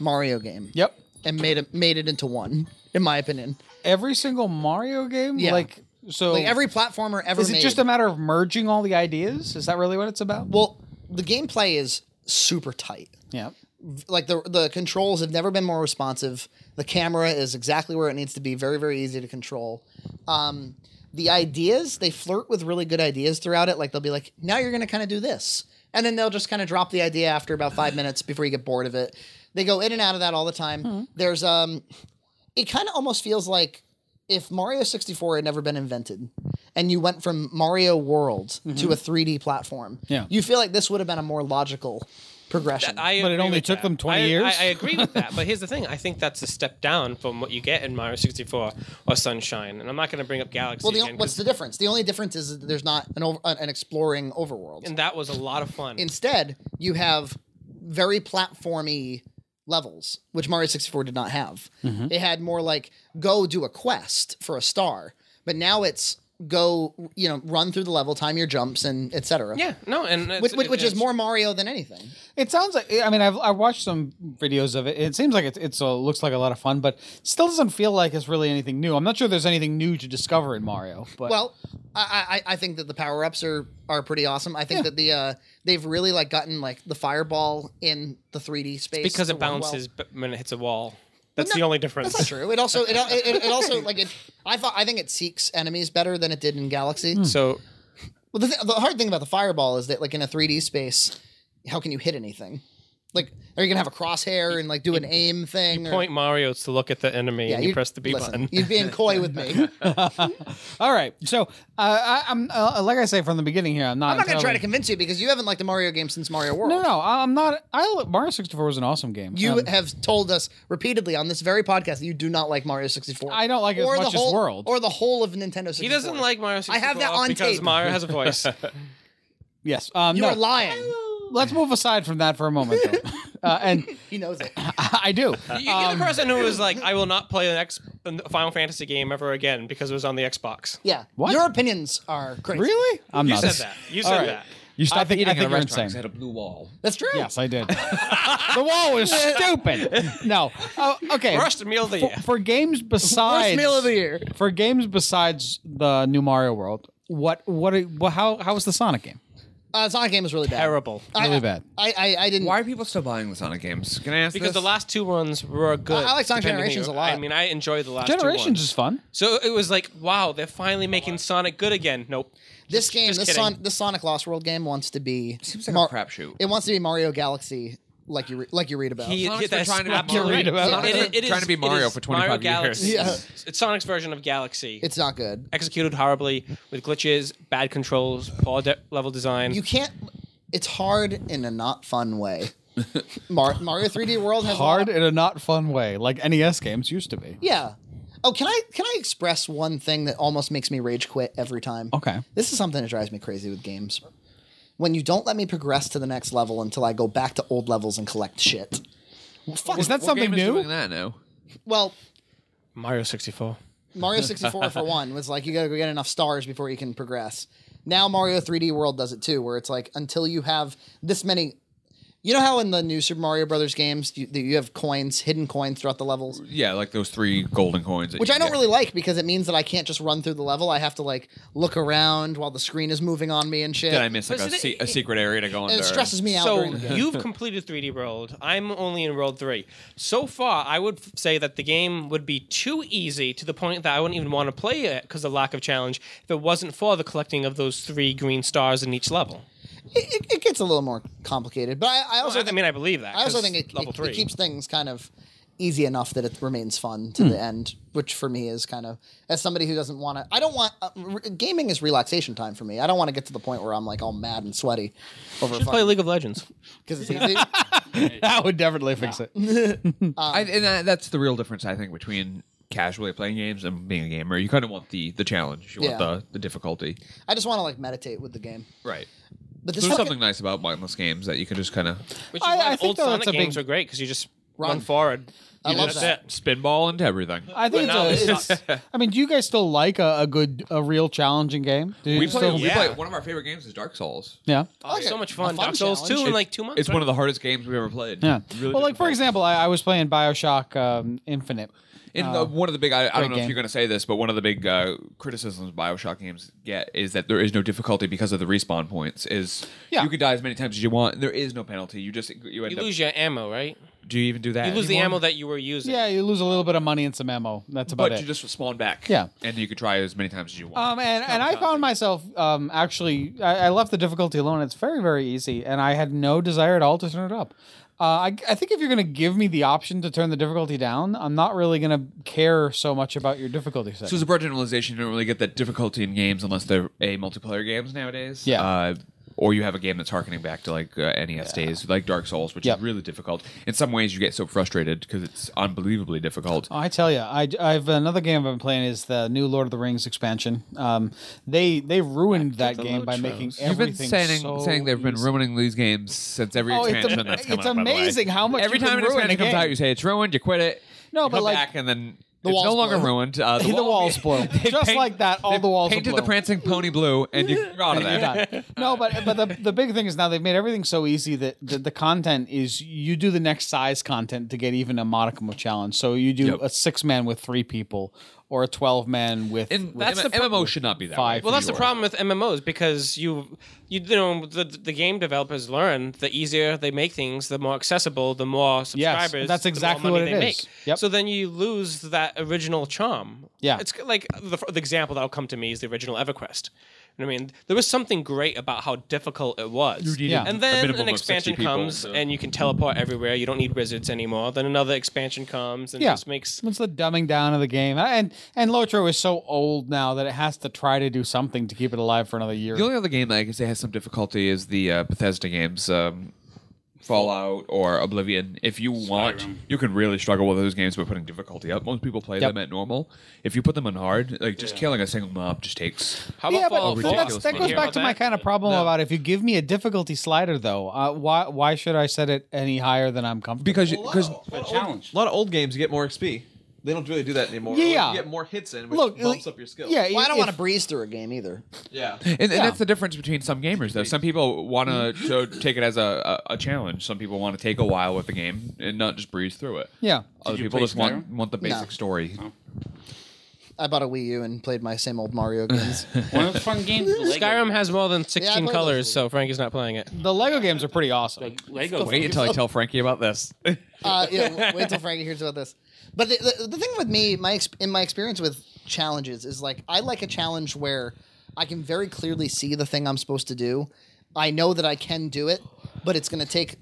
Speaker 5: Mario game
Speaker 4: Yep.
Speaker 5: and made it made it into one. In my opinion,
Speaker 4: Every single Mario game
Speaker 5: Yeah.
Speaker 4: like so
Speaker 5: like every platformer ever.
Speaker 4: Is it
Speaker 5: made.
Speaker 4: just a matter of merging all the ideas? Is that really what it's about?
Speaker 5: well? The gameplay is super tight.
Speaker 4: yeah.
Speaker 5: Like the the controls have never been more responsive. The camera is exactly where it needs to be. Very very easy to control. Um, the ideas they flirt with really good ideas throughout it. Like they'll be like, now you're gonna kind of do this, and then they'll just kind of drop the idea after about five minutes before you get bored of it. They go in and out of that all the time. There's um, it kind of almost feels like if Mario 64 had never been invented and you went from Mario World to a 3D platform,
Speaker 4: Yeah.
Speaker 5: you feel like this would have been a more logical progression.
Speaker 6: I
Speaker 4: But it
Speaker 6: agree
Speaker 4: only
Speaker 6: with
Speaker 4: took
Speaker 6: that.
Speaker 4: them 20
Speaker 6: I-
Speaker 4: years?
Speaker 6: I, I agree with that. But here's the thing: I think that's a step down from what you get in Mario 64 or Sunshine. And I'm not going to bring up Galaxy
Speaker 5: well, the,
Speaker 6: again,
Speaker 5: on- what's
Speaker 6: 'cause-
Speaker 5: the difference? The only difference is that there's not an, over, uh, an exploring overworld.
Speaker 6: and that was a lot of fun.
Speaker 5: Instead, you have very platformy levels, which Mario 64 did not have. It had more like go do a quest for a star, but now it's go you know run through the level, time your jumps, and etc.
Speaker 6: yeah, no, and it's-
Speaker 5: which, which, which
Speaker 6: it's-
Speaker 5: is more Mario than anything.
Speaker 4: It sounds like I mean I've I watched some videos of it. It seems like it's it's a, looks like a lot of fun, but still doesn't feel like it's really anything new. I'm not sure there's anything new to discover in Mario. But
Speaker 5: Well, I, I I think that the power ups are are pretty awesome. I think that the uh they've really like gotten like the fireball in the 3D space
Speaker 6: because
Speaker 5: to
Speaker 6: it
Speaker 5: run well.
Speaker 6: bounces b- when it hits a wall. That's
Speaker 5: no,
Speaker 6: the only difference.
Speaker 5: That's not true. It also it, it, it also like it. I thought I think it seeks enemies better than it did in Galaxy.
Speaker 4: Hmm.
Speaker 6: So
Speaker 5: Well, the, th- the hard thing about the fireball is that like in a 3D space, how can you hit anything? Like, are you gonna have a crosshair and like do an aim thing? or-
Speaker 6: point Mario's to look at the enemy and you
Speaker 5: you'd-
Speaker 6: press the B
Speaker 5: listen,
Speaker 6: button.
Speaker 5: You're being coy with
Speaker 4: [LAUGHS]
Speaker 5: me.
Speaker 4: all right, so uh, I, I'm uh, like I say from the beginning here. I'm not.
Speaker 5: I'm not gonna try to
Speaker 4: entirely-
Speaker 5: convince you because you haven't liked a Mario game since Mario World.
Speaker 4: No, no, I'm not. I Mario 64 was an awesome game.
Speaker 5: You
Speaker 4: Um,
Speaker 5: have told us repeatedly on this very podcast that you do not like Mario 64.
Speaker 4: I don't like it as
Speaker 5: Or the
Speaker 4: much as
Speaker 5: whole,
Speaker 4: World.
Speaker 5: Or the whole of Nintendo 64.
Speaker 6: He doesn't like Mario 64
Speaker 5: I have that on
Speaker 6: because
Speaker 5: tape.
Speaker 6: Mario has a
Speaker 5: [LAUGHS]
Speaker 6: voice.
Speaker 4: yes. Um,
Speaker 5: You
Speaker 4: no,
Speaker 5: are lying.
Speaker 4: let's move aside from that for a moment, though.
Speaker 5: [LAUGHS]
Speaker 4: uh, and [LAUGHS]
Speaker 5: He knows
Speaker 4: [COUGHS]
Speaker 5: it.
Speaker 4: I do.
Speaker 6: You- You're
Speaker 5: Um,
Speaker 6: the person who was like, I will not play the next Final Fantasy game ever again because it was on the Xbox.
Speaker 5: Yeah.
Speaker 4: What?
Speaker 5: Your opinions are crazy.
Speaker 4: Really? I'm
Speaker 6: You
Speaker 4: not.
Speaker 6: said that. You
Speaker 4: All
Speaker 6: said
Speaker 4: right.
Speaker 6: that.
Speaker 4: You stopped
Speaker 3: eating
Speaker 4: thinking. I
Speaker 3: at a
Speaker 4: think you're
Speaker 3: restaurant. 'cause
Speaker 4: insane.
Speaker 3: It had a blue wall.
Speaker 5: That's true.
Speaker 4: Yes, I did. the wall was stupid. No. Oh, okay.
Speaker 6: Worst meal of the
Speaker 4: for,
Speaker 6: year.
Speaker 4: for games besides
Speaker 5: Worst meal of the year.
Speaker 4: for games besides the new Mario World, what what, are- well, how how was the Sonic game?
Speaker 5: Uh, Sonic game is really bad.
Speaker 6: Terrible.
Speaker 5: I-
Speaker 4: Really bad.
Speaker 5: I, I, I didn't.
Speaker 3: Why are people still buying the Sonic games? Can I ask
Speaker 6: Because
Speaker 3: this?
Speaker 6: the last two ones were good.
Speaker 5: I like Sonic
Speaker 6: depending who
Speaker 5: Generations
Speaker 6: you-
Speaker 5: a lot.
Speaker 6: I mean, I enjoyed the last two
Speaker 4: Generations
Speaker 6: ones.
Speaker 4: is fun.
Speaker 6: So it was like, wow, they're finally making Sonic good again. Nope.
Speaker 5: This game,
Speaker 6: just
Speaker 5: this,
Speaker 6: kidding.
Speaker 5: Son- this Sonic Lost World game wants to be.
Speaker 3: Seems like a crapshoot.
Speaker 5: It wants to be Mario Galaxy like you, re- like you read about.
Speaker 6: He,
Speaker 3: Sonic's
Speaker 6: he-
Speaker 3: been
Speaker 6: that's
Speaker 3: trying to be
Speaker 6: absolutely
Speaker 3: Mario.
Speaker 6: right.
Speaker 5: Sonic's
Speaker 6: It is-
Speaker 3: been
Speaker 6: it is-
Speaker 3: trying to be
Speaker 6: it
Speaker 3: Mario
Speaker 6: is
Speaker 3: for 25
Speaker 6: Mario
Speaker 3: years.
Speaker 6: Galaxy.
Speaker 5: Yeah.
Speaker 6: It's Sonic's version of Galaxy.
Speaker 5: it's not good.
Speaker 6: executed horribly with glitches, bad controls, poor de- level design.
Speaker 5: You can't. It's hard in a not fun
Speaker 4: [LAUGHS]
Speaker 5: way. Mar- Mario 3D World has a lot
Speaker 4: Hard
Speaker 5: of-
Speaker 4: in a not fun way, like NES games used to be.
Speaker 5: Yeah. Oh, can I can I express one thing that almost makes me rage quit every time?
Speaker 4: Okay.
Speaker 5: This is something that drives me crazy with games. When you don't let me progress to the next level until I go back to old levels and collect shit. Fuck.
Speaker 4: Is that
Speaker 3: What
Speaker 4: something
Speaker 3: game is
Speaker 4: new?
Speaker 3: doing that now?
Speaker 5: well,
Speaker 6: Mario 64.
Speaker 5: Mario 64 for one was like you got to go get enough stars before you can progress. Now Mario 3D World does it too where it's like until you have this many you know how in the new Super Mario Brothers games you, that you have coins, hidden coins throughout the levels?
Speaker 3: Yeah, like those three golden coins. that
Speaker 5: which
Speaker 3: you
Speaker 5: I don't
Speaker 3: get.
Speaker 5: really like because it means that I can't just run through the level. I have to like look around while the screen is moving on me and shit.
Speaker 3: Did I miss like
Speaker 6: But
Speaker 3: a,
Speaker 6: so
Speaker 3: se-
Speaker 6: they-
Speaker 3: a secret area to go under?
Speaker 5: and it stresses me out.
Speaker 6: So
Speaker 5: during the game. [LAUGHS]
Speaker 6: you've completed 3D World. I'm only in World 3. So far, I would f- say that the game would be too easy to the point that I wouldn't even want to play it because of lack of challenge if it wasn't for the collecting of those three green stars in each level.
Speaker 5: it, it, it gets a little more complicated, but I, I also
Speaker 6: I,
Speaker 5: think,
Speaker 6: mean, I believe that.
Speaker 5: I also
Speaker 6: 'cause
Speaker 5: think it,
Speaker 6: level
Speaker 5: it,
Speaker 6: three.
Speaker 5: it keeps things kind of easy enough that it remains fun to the end, which for me is kind of as somebody who doesn't want to. I don't want uh, re- gaming is relaxation time for me. I don't want to get to the point where I'm like all mad and sweaty over
Speaker 6: Just play League of Legends.
Speaker 5: because it's easy.
Speaker 4: That would definitely fix it.
Speaker 3: I, and that, that's the real difference I think between casually playing games and being a gamer, you kind of want the the challenge. You want
Speaker 5: Yeah.
Speaker 3: the the difficulty.
Speaker 5: I just want to like meditate with the game.
Speaker 3: Right.
Speaker 5: But this
Speaker 3: There's
Speaker 5: fucking-
Speaker 3: something nice about mindless games that you can just kind of
Speaker 6: Which is
Speaker 4: I-
Speaker 6: why
Speaker 4: I
Speaker 6: the
Speaker 4: think
Speaker 6: old
Speaker 4: though
Speaker 6: Sonic
Speaker 4: it's a
Speaker 6: games
Speaker 4: big-
Speaker 6: are great because you just
Speaker 5: Run.
Speaker 6: run, forward.
Speaker 5: I
Speaker 6: You
Speaker 5: love
Speaker 6: just
Speaker 5: that.
Speaker 6: sit.
Speaker 3: spinball into everything.
Speaker 4: I think
Speaker 6: But now
Speaker 4: it's, a,
Speaker 6: it's
Speaker 4: it's- I mean, do you guys still like a, a good, a real challenging game? Do you
Speaker 3: We play,
Speaker 4: still-
Speaker 3: we
Speaker 6: yeah.
Speaker 3: play one of our favorite games is Dark Souls.
Speaker 4: yeah.
Speaker 6: Oh,
Speaker 5: Okay.
Speaker 6: so much
Speaker 5: A
Speaker 6: fun.
Speaker 5: fun
Speaker 6: Dark Souls
Speaker 5: challenge.
Speaker 6: two in like two months.
Speaker 3: It's one of the hardest games we've ever played.
Speaker 4: Yeah.
Speaker 3: Really
Speaker 4: well, like for
Speaker 3: difficult.
Speaker 4: example, I, I was playing Bioshock um, Infinite.
Speaker 3: And uh, one of the big, I, I don't know
Speaker 4: Oh. game.
Speaker 3: if you're going to say this, but one of the big uh, criticisms Bioshock games get is that there is no difficulty because of the respawn points. Is
Speaker 4: Yeah.
Speaker 3: you could die as many times as you want. There is no penalty. You just you end
Speaker 6: You
Speaker 3: up.
Speaker 6: lose your ammo, right?
Speaker 3: do you even do that?
Speaker 6: You lose the
Speaker 3: anymore?
Speaker 6: ammo that you were using.
Speaker 4: Yeah, you lose a little bit of money and some ammo. That's about
Speaker 3: but
Speaker 4: it.
Speaker 3: you just spawn back.
Speaker 4: Yeah.
Speaker 3: and you could try as many times as you want.
Speaker 4: Um, and, and I found myself um, actually, I, I left the difficulty alone. It's very, very easy, and I had no desire at all to turn it up. Uh, I, I think if you're going to give me the option to turn the difficulty down, I'm not really going to care so much about your difficulty setting.
Speaker 3: so as a broad generalization, you don't really get that difficulty in games unless they're a multiplayer games nowadays.
Speaker 4: Yeah.
Speaker 3: Uh, or you have a game that's harkening back to like uh, NES days, like Dark Souls, which
Speaker 4: Yep.
Speaker 3: is really difficult. In some ways, you get so frustrated because it's unbelievably difficult.
Speaker 4: I tell you, I, have another game I've been playing is the new Lord of the Rings expansion. Um, they they ruined that
Speaker 2: the
Speaker 4: game by
Speaker 2: low
Speaker 4: making
Speaker 2: trials.
Speaker 4: everything
Speaker 3: You've been saying,
Speaker 4: so
Speaker 3: saying they've been
Speaker 4: easy.
Speaker 3: ruining these games since every
Speaker 4: Oh, it's,
Speaker 3: expansion
Speaker 4: am-
Speaker 3: that's come
Speaker 4: it's
Speaker 3: out. by the way.
Speaker 4: amazing how much
Speaker 3: Every
Speaker 4: you
Speaker 3: time
Speaker 4: can
Speaker 3: an
Speaker 4: ruin
Speaker 3: expansion
Speaker 4: a
Speaker 3: comes
Speaker 4: game.
Speaker 3: out, you say it's ruined. You quit it.
Speaker 4: No,
Speaker 3: you
Speaker 4: but,
Speaker 3: come
Speaker 4: like,
Speaker 3: back and then
Speaker 5: the
Speaker 3: it's
Speaker 5: walls
Speaker 3: no longer
Speaker 5: blow.
Speaker 3: ruined. Uh,
Speaker 4: [LAUGHS] The walls blow.
Speaker 3: [LAUGHS] They
Speaker 4: Just like that, all
Speaker 3: they've
Speaker 4: the walls will
Speaker 3: painted
Speaker 4: blow.
Speaker 3: the prancing pony blue, and you- you're out of
Speaker 4: [LAUGHS] You're
Speaker 3: there. [LAUGHS]
Speaker 4: done. No, but but the, the big thing is now they've made everything so easy that the, the content is you do the next size content to get even a modicum of challenge. So you do
Speaker 3: Yep.
Speaker 4: a six man with three people or a twelve man with.
Speaker 3: And
Speaker 4: with
Speaker 3: that's the MMO should not be that.
Speaker 4: Five.
Speaker 3: way.
Speaker 6: Well, that's the
Speaker 4: Sure.
Speaker 6: problem with MMOs because you, you, you know, the, the game developers learn the easier they make things, the more accessible, the more subscribers.
Speaker 4: that's
Speaker 6: the more
Speaker 4: exactly
Speaker 6: money
Speaker 4: what it
Speaker 6: they
Speaker 4: is.
Speaker 6: Make.
Speaker 4: Yep.
Speaker 6: So then you lose that original charm.
Speaker 4: Yeah.
Speaker 6: it's like the, the example that'll come to me is the original EverQuest. You know what I mean, there was something great about how difficult it was.
Speaker 4: needed Yeah. a
Speaker 6: And then
Speaker 3: minimum
Speaker 6: an
Speaker 3: of 60
Speaker 6: expansion
Speaker 3: people,
Speaker 6: comes
Speaker 3: so-
Speaker 6: and you can teleport everywhere. You don't need wizards anymore. Then another expansion comes and
Speaker 4: Yeah.
Speaker 6: just makes
Speaker 4: It's the dumbing down of the game, and and Lotro is so old now that it has to try to do something to keep it alive for another year.
Speaker 3: The only other game that I can say has some difficulty is the uh, Bethesda games, um, Fallout or Oblivion. If you want,
Speaker 7: Skyrim.
Speaker 3: you can really struggle with those games by putting difficulty up. Most people play
Speaker 4: Yep.
Speaker 3: them at normal. If you put them on hard, like just killing a single mob just takes.
Speaker 6: how
Speaker 4: yeah,
Speaker 6: about
Speaker 4: but
Speaker 6: Fallout
Speaker 4: th-
Speaker 6: 4?
Speaker 4: that's, that
Speaker 6: Did you
Speaker 4: goes
Speaker 6: hear
Speaker 4: back
Speaker 6: about
Speaker 4: to my
Speaker 6: that?
Speaker 4: kind of problem about if you give me a difficulty slider, though, uh, why why should I set it any higher than I'm comfortable?
Speaker 3: Because because
Speaker 7: But challenge.
Speaker 2: A lot of old games you get more XP. They don't really do that anymore.
Speaker 4: Yeah,
Speaker 2: Or
Speaker 4: yeah.
Speaker 2: You get more hits in, which
Speaker 4: look,
Speaker 2: bumps up your skill.
Speaker 4: Yeah,
Speaker 5: Well, I don't
Speaker 4: if-
Speaker 5: want to breeze through a game either.
Speaker 2: yeah. [LAUGHS]
Speaker 3: And, and
Speaker 4: Yeah.
Speaker 3: that's the difference between some gamers, though. Some people want to take it as a, a, a challenge. Some people want to take a while with the game and not just breeze through it.
Speaker 4: Yeah.
Speaker 3: Other
Speaker 7: Did you
Speaker 3: people
Speaker 7: play
Speaker 3: just want,
Speaker 7: Skyrim? Oh.
Speaker 3: want the basic story.
Speaker 5: I bought a Wii U and played my same old Mario games.
Speaker 7: One of the fun games. the [LAUGHS] Lego-
Speaker 6: Skyrim has more than 16
Speaker 5: played
Speaker 6: colors,
Speaker 5: those.
Speaker 6: so Frank is not playing it.
Speaker 4: The Lego games are pretty awesome.
Speaker 7: like Lego.
Speaker 3: Wait until I tell Frankie about this.
Speaker 5: uh, yeah, w- wait till Frankie hears about this. But the, the, the thing with me, my ex- in my experience with challenges is like I like a challenge where I can very clearly see the thing I'm supposed to do. I know that I can do it, but it's going to take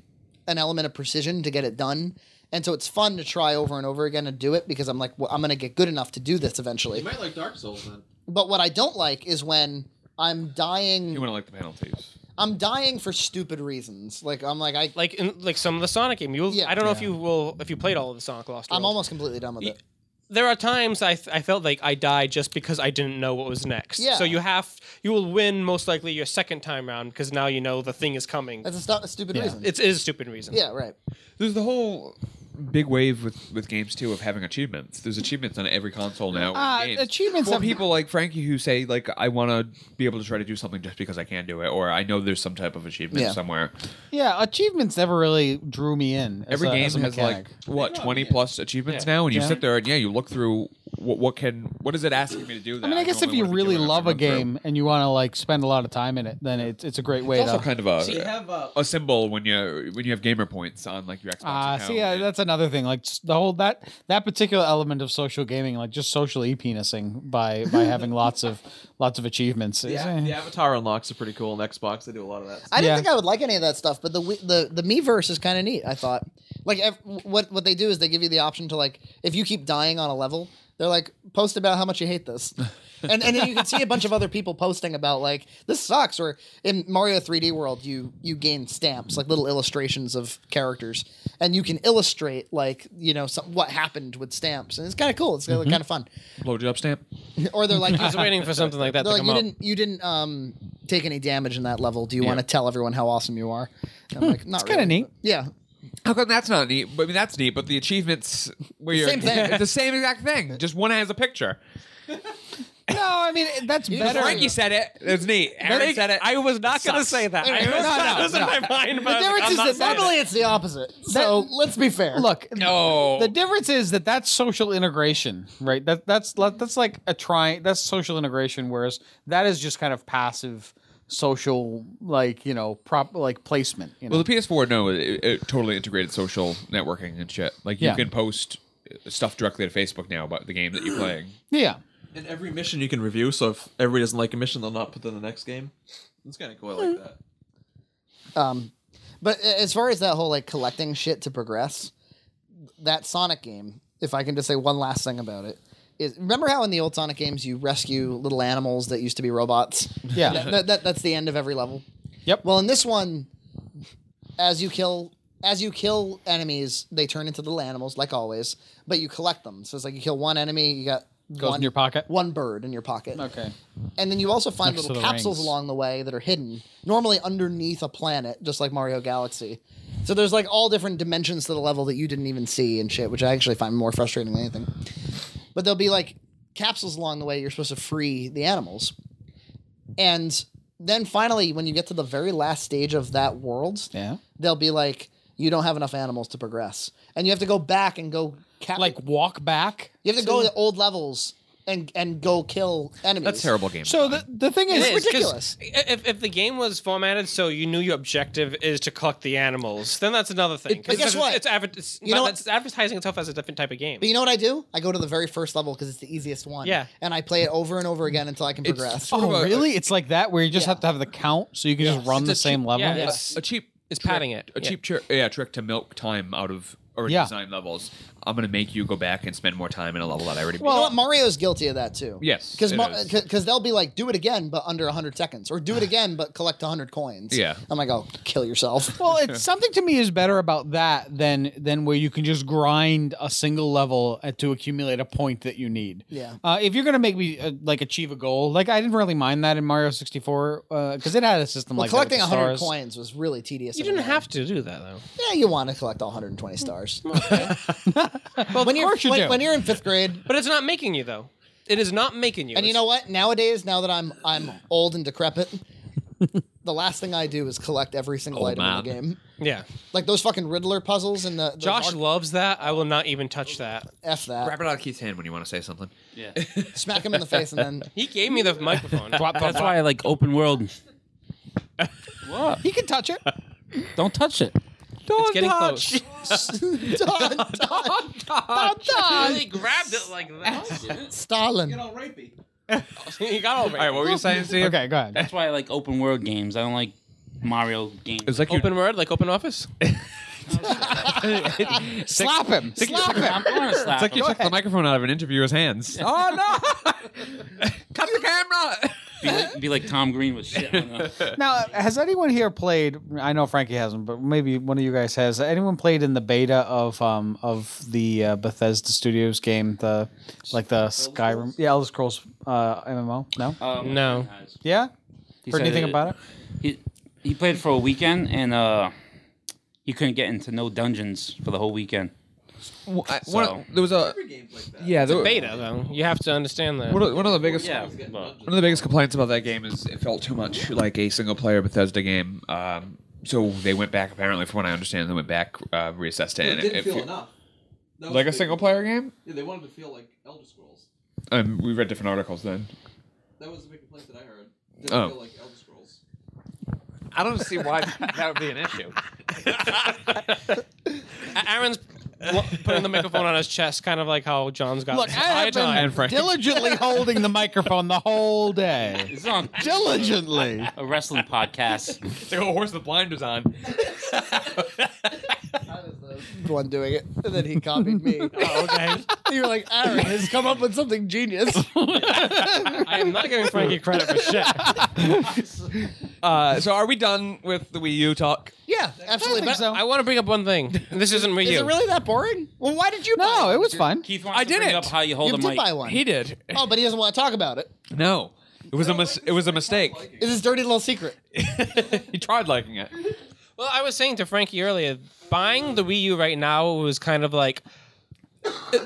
Speaker 5: an element of precision to get it done. And so it's fun to try over and over again and do it because I'm like, well, I'm going to get good enough to do this eventually.
Speaker 2: You might like Dark Souls then.
Speaker 5: But what I don't like is when I'm
Speaker 3: you
Speaker 5: dying.
Speaker 3: want to like the penalties.
Speaker 5: I'm dying for stupid reasons. Like I'm like I.
Speaker 6: Like in, like some of the Sonic game. You will,
Speaker 5: Yeah.
Speaker 6: I don't know if you will if you played all of the Sonic Lost.
Speaker 5: I'm
Speaker 6: World.
Speaker 5: almost completely done with it.
Speaker 6: There are times I, I felt like I died just because I didn't know what was next.
Speaker 5: Yeah.
Speaker 6: So you have you will win most likely your second time round because now you know the thing is coming.
Speaker 5: That's a, stu- a stupid reason.
Speaker 6: It's it is a stupid reason.
Speaker 5: yeah, right.
Speaker 3: There's the whole big wave with, with games too of having achievements. There's achievements on every console now.
Speaker 4: Uh,
Speaker 3: in games.
Speaker 4: achievements
Speaker 3: for
Speaker 4: have-
Speaker 3: people like Frankie who say like I want to be able to try to do something just because I can do it, or I know there's some type of achievement
Speaker 5: Yeah.
Speaker 3: somewhere.
Speaker 4: Yeah, achievements never really drew me in. as
Speaker 3: Every
Speaker 4: a-
Speaker 3: game
Speaker 4: as a
Speaker 3: has like
Speaker 4: mechanic.
Speaker 3: what twenty plus achievements now, and you sit there and yeah, you look through what, what can what is it asking me to do? That
Speaker 4: I mean, I guess if
Speaker 3: normally
Speaker 4: you
Speaker 3: wouldn't be
Speaker 4: really
Speaker 3: doing, I have to
Speaker 4: love a
Speaker 3: run through.
Speaker 4: game and you want to like spend a lot of time in it, then it's it's a great way
Speaker 3: it's also
Speaker 4: to.
Speaker 3: kind of a
Speaker 7: you have, uh,
Speaker 2: Oh,
Speaker 3: a symbol when you when you have gamer points on like your Xbox.
Speaker 4: Ah,
Speaker 3: account.
Speaker 4: see, yeah, that's another thing. Like s- the whole that that particular element of social gaming, like just social e-penising by by having
Speaker 3: [LAUGHS]
Speaker 4: lots of lots of achievements. is,
Speaker 2: Yeah.
Speaker 4: eh.
Speaker 2: The avatar unlocks are pretty cool on Xbox. They do a lot of that.
Speaker 5: I didn't
Speaker 4: Yeah.
Speaker 5: think I would like any of that stuff, but the we- the the Miiverse is kind of neat. I thought Like ev- what what they do is they give you the option to like if you keep dying on a level, they're like post about how much you hate this, and and then you can see a bunch of other people posting about like this sucks. Or in Mario 3D World, you you gain stamps like little illustrations of characters, and you can illustrate like you know some, what happened with stamps, and it's kind of cool. It's kind of fun.
Speaker 3: Blowjob stamp.
Speaker 5: Or they're like [LAUGHS]
Speaker 6: I was waiting for something like that to
Speaker 5: they're like
Speaker 6: come
Speaker 5: you
Speaker 6: up.
Speaker 5: didn't you didn't um take any damage in that level. Do you want to tell everyone how awesome you are? And I'm like, not
Speaker 4: kinda
Speaker 5: really,
Speaker 4: neat.
Speaker 5: but- Yeah,
Speaker 3: How come that's not neat? But- I mean, that's neat, but the achievements where you're
Speaker 5: Same thing.
Speaker 3: it's [LAUGHS] the same exact thing. Just one has a picture.
Speaker 4: No, I mean that's better.
Speaker 3: Frankie said it. It's neat. Aaron said it.
Speaker 6: I was not going to say that. I was,
Speaker 5: No, no,
Speaker 6: that was in
Speaker 4: no.
Speaker 6: my mind. But
Speaker 5: The
Speaker 6: I was like,
Speaker 5: difference
Speaker 6: I'm
Speaker 5: is
Speaker 6: not
Speaker 5: that
Speaker 6: saying
Speaker 5: normally it's the opposite. So let's be fair.
Speaker 4: Look,
Speaker 3: no.
Speaker 4: the difference is that that's social integration, right? That that's li- that's like a try. That's social integration, whereas that is just kind of passive social, like you know, prop like placement. You know?
Speaker 3: Well, the PS4, no, it, it totally integrated social networking and shit. Like you
Speaker 4: Yeah.
Speaker 3: can post stuff directly to Facebook now about the game that you're playing.
Speaker 4: yeah.
Speaker 2: And every mission you can review, so if everybody doesn't like a mission, they'll not put it in the next game. It's kind of cool. I like that.
Speaker 5: Um, but a- as far as that whole like collecting shit to progress, that Sonic game, if I can just say one last thing about it, is remember how in the old Sonic games you rescue little animals that used to be robots?
Speaker 4: Yeah.
Speaker 5: That- that- that- that's the end of every level.
Speaker 4: Yep.
Speaker 5: Well, in this one, as you kill as you kill enemies, they turn into little animals, like always. But you collect them, so it's like you kill one enemy, you got
Speaker 4: Goes
Speaker 5: one
Speaker 4: in your pocket.
Speaker 5: one bird in your pocket.
Speaker 4: Okay.
Speaker 5: And then you also find
Speaker 4: Next
Speaker 5: little
Speaker 4: to the
Speaker 5: capsules
Speaker 4: rings.
Speaker 5: along the way that are hidden, normally underneath a planet, just like Mario Galaxy. So there's like all different dimensions to the level that you didn't even see and shit, which I actually find more frustrating than anything. But there'll be like capsules along the way you're supposed to free the animals. And then finally, when you get to the very last stage of that world,
Speaker 4: Yeah.
Speaker 5: they'll be like, you don't have enough animals to progress. And you have to go back and go cap-
Speaker 4: Like walk back.
Speaker 5: you have to go to old levels and and go kill enemies.
Speaker 3: That's terrible game.
Speaker 4: So the the thing is,
Speaker 5: It is. ridiculous.
Speaker 6: 'cause If, if the game was formatted so you knew your objective is to collect the animals, then that's another thing. 'Cause
Speaker 5: but guess
Speaker 6: it's,
Speaker 5: what?
Speaker 6: It's, adver- it's,
Speaker 5: You know
Speaker 6: not-
Speaker 5: what?
Speaker 6: it's advertising itself as a different type of game.
Speaker 5: But you know what I do? I go to the very first level because it's the easiest one.
Speaker 6: Yeah.
Speaker 5: And I play it over and over again until I can progress.
Speaker 3: sort of
Speaker 4: oh
Speaker 3: a-
Speaker 4: really? It's like that where you just
Speaker 5: Yeah.
Speaker 4: have to have the count, so you can just run
Speaker 3: It's
Speaker 4: the
Speaker 3: a
Speaker 4: same
Speaker 3: cheap-
Speaker 4: level.
Speaker 6: yeah, it's,
Speaker 3: [GASPS] a cheap
Speaker 6: it's padding it.
Speaker 3: a
Speaker 6: Yeah.
Speaker 3: cheap trick yeah trick to milk time out of already
Speaker 4: Yeah.
Speaker 3: designed levels i'm gonna make you go back and spend more time in a level that i already
Speaker 5: you
Speaker 3: beat.
Speaker 5: know what? Mario's guilty of that too.
Speaker 3: Yes,
Speaker 5: Because
Speaker 3: it is.
Speaker 5: they'll be like, do it again, but under 100 seconds, or do it again, but collect 100 coins.
Speaker 3: Yeah.
Speaker 5: I'm like, oh, kill yourself.
Speaker 4: Well, it's something to me is better about that than than where you can just grind a single level uh, to accumulate a point that you need.
Speaker 5: Yeah.
Speaker 4: Uh, if you're gonna make me uh, like achieve a goal, like I didn't really mind that in Mario 64 because it had a system like that with
Speaker 5: Collecting
Speaker 4: the
Speaker 5: 100
Speaker 4: stars.
Speaker 5: coins was really tedious.
Speaker 6: you didn't have to do that though.
Speaker 5: Yeah, you want to collect all 120 stars.
Speaker 4: Well,
Speaker 5: when
Speaker 4: of
Speaker 5: you're,
Speaker 4: course you
Speaker 5: when,
Speaker 4: do.
Speaker 5: when you're in fifth grade,
Speaker 6: But it's not making you though. It is not making you.
Speaker 5: And you
Speaker 6: It's-
Speaker 5: know what? Nowadays, now that I'm I'm old and decrepit, the last thing I do is collect every single
Speaker 3: Old
Speaker 5: item in the
Speaker 3: man.
Speaker 5: game.
Speaker 6: Yeah.
Speaker 5: Like those fucking Riddler puzzles and the those
Speaker 6: Josh
Speaker 5: arc-
Speaker 6: loves that. I will not even touch that.
Speaker 5: f
Speaker 3: Grab it
Speaker 5: that
Speaker 3: out of Keith's hand when you want to say something.
Speaker 7: Yeah.
Speaker 5: smack him in the face and then
Speaker 6: [LAUGHS] He gave
Speaker 5: [LAUGHS]
Speaker 6: me the microphone.
Speaker 5: Oh,
Speaker 7: That's why I like open world.
Speaker 4: He can touch it.
Speaker 7: Don't touch it.
Speaker 6: it's getting close.
Speaker 5: Don, Don,
Speaker 6: He
Speaker 7: [LAUGHS]
Speaker 6: grabbed it like that.
Speaker 5: Stalin.
Speaker 6: [LAUGHS] he got over it.
Speaker 3: All right, what were you saying, Steve?
Speaker 4: Okay, go ahead.
Speaker 7: That's why I like open world games. I don't like Mario games.
Speaker 3: It's like you [LAUGHS]
Speaker 6: Open word, like open office.
Speaker 4: Slap him. Slap
Speaker 7: [LAUGHS]
Speaker 4: him.
Speaker 7: I'm gonna slap
Speaker 3: it's like you
Speaker 7: him.
Speaker 3: took the microphone out of an interviewer's hands. oh no! [LAUGHS] Cut the camera!
Speaker 7: Be like, be like Tom Green with shit.
Speaker 3: [LAUGHS]
Speaker 7: on the-
Speaker 4: Now, has anyone here played? I know Frankie hasn't, but maybe one of you guys has. Anyone played in the beta of um of the uh, Bethesda Studios game, the like the Skyrim, yeah, Elder Scrolls uh, MMO? No,
Speaker 7: Um,
Speaker 6: No.
Speaker 4: yeah.
Speaker 7: He
Speaker 4: Heard
Speaker 7: said
Speaker 4: anything about it?
Speaker 7: He he played for a weekend and uh he couldn't get into no dungeons for the whole weekend.
Speaker 3: Well, [LAUGHS] I-
Speaker 7: So-
Speaker 3: one of- there was a yeah, there,
Speaker 6: Beta though. You have to understand that.
Speaker 3: One of, one of the biggest
Speaker 7: but
Speaker 3: One of the biggest complaints about that game is it felt too much like a single player Bethesda game. Um, so they went back, apparently, from what I understand, they went back, uh, reassessed it.
Speaker 2: It
Speaker 3: and
Speaker 2: didn't
Speaker 3: it
Speaker 2: feel
Speaker 3: fe-
Speaker 2: enough. That was
Speaker 3: Like
Speaker 2: the
Speaker 3: a
Speaker 2: big-
Speaker 3: single player game?
Speaker 2: Yeah, they wanted to feel like Elder Scrolls.
Speaker 3: Um, we read different articles then.
Speaker 2: That was the big complaint that I heard. Didn't
Speaker 3: Oh.
Speaker 2: feel like Elder Scrolls.
Speaker 3: I don't see why [LAUGHS] that would be an [LAUGHS] issue.
Speaker 6: A- Aaron's lo- putting the microphone on his chest, kind of like how John's got.
Speaker 4: Look, I have
Speaker 6: Hi, John.
Speaker 4: been [LAUGHS] diligently holding the microphone the whole day.
Speaker 7: it's on
Speaker 4: Diligently.
Speaker 7: a wrestling podcast.
Speaker 3: It's like a horse with blinders on.
Speaker 5: one doing it, and then he copied me.
Speaker 6: [LAUGHS] Oh, okay.
Speaker 5: you were like, Aaron has come up with something
Speaker 6: [LAUGHS]
Speaker 5: genius.
Speaker 6: I am not giving
Speaker 3: [LAUGHS]
Speaker 6: Frankie credit for shit.
Speaker 3: Uh, so are we done with the Wii U talk?
Speaker 5: yeah, absolutely. But
Speaker 6: I want to bring up one thing. This isn't Wii
Speaker 5: is
Speaker 6: U.
Speaker 5: it really that boring? Well, why did you? buy
Speaker 4: No, it was fun.
Speaker 7: Keith wants
Speaker 3: I
Speaker 7: to bring
Speaker 3: didn't.
Speaker 7: up how you hold
Speaker 5: You
Speaker 7: a
Speaker 5: did
Speaker 7: mic.
Speaker 5: buy one.
Speaker 3: He did.
Speaker 5: oh, but he doesn't want to talk about it.
Speaker 3: No, it was a mis- it was a mistake.
Speaker 5: Is his dirty little secret?
Speaker 3: He tried liking it.
Speaker 6: Well, I was saying to Frankie earlier, buying the Wii U right now was kind of like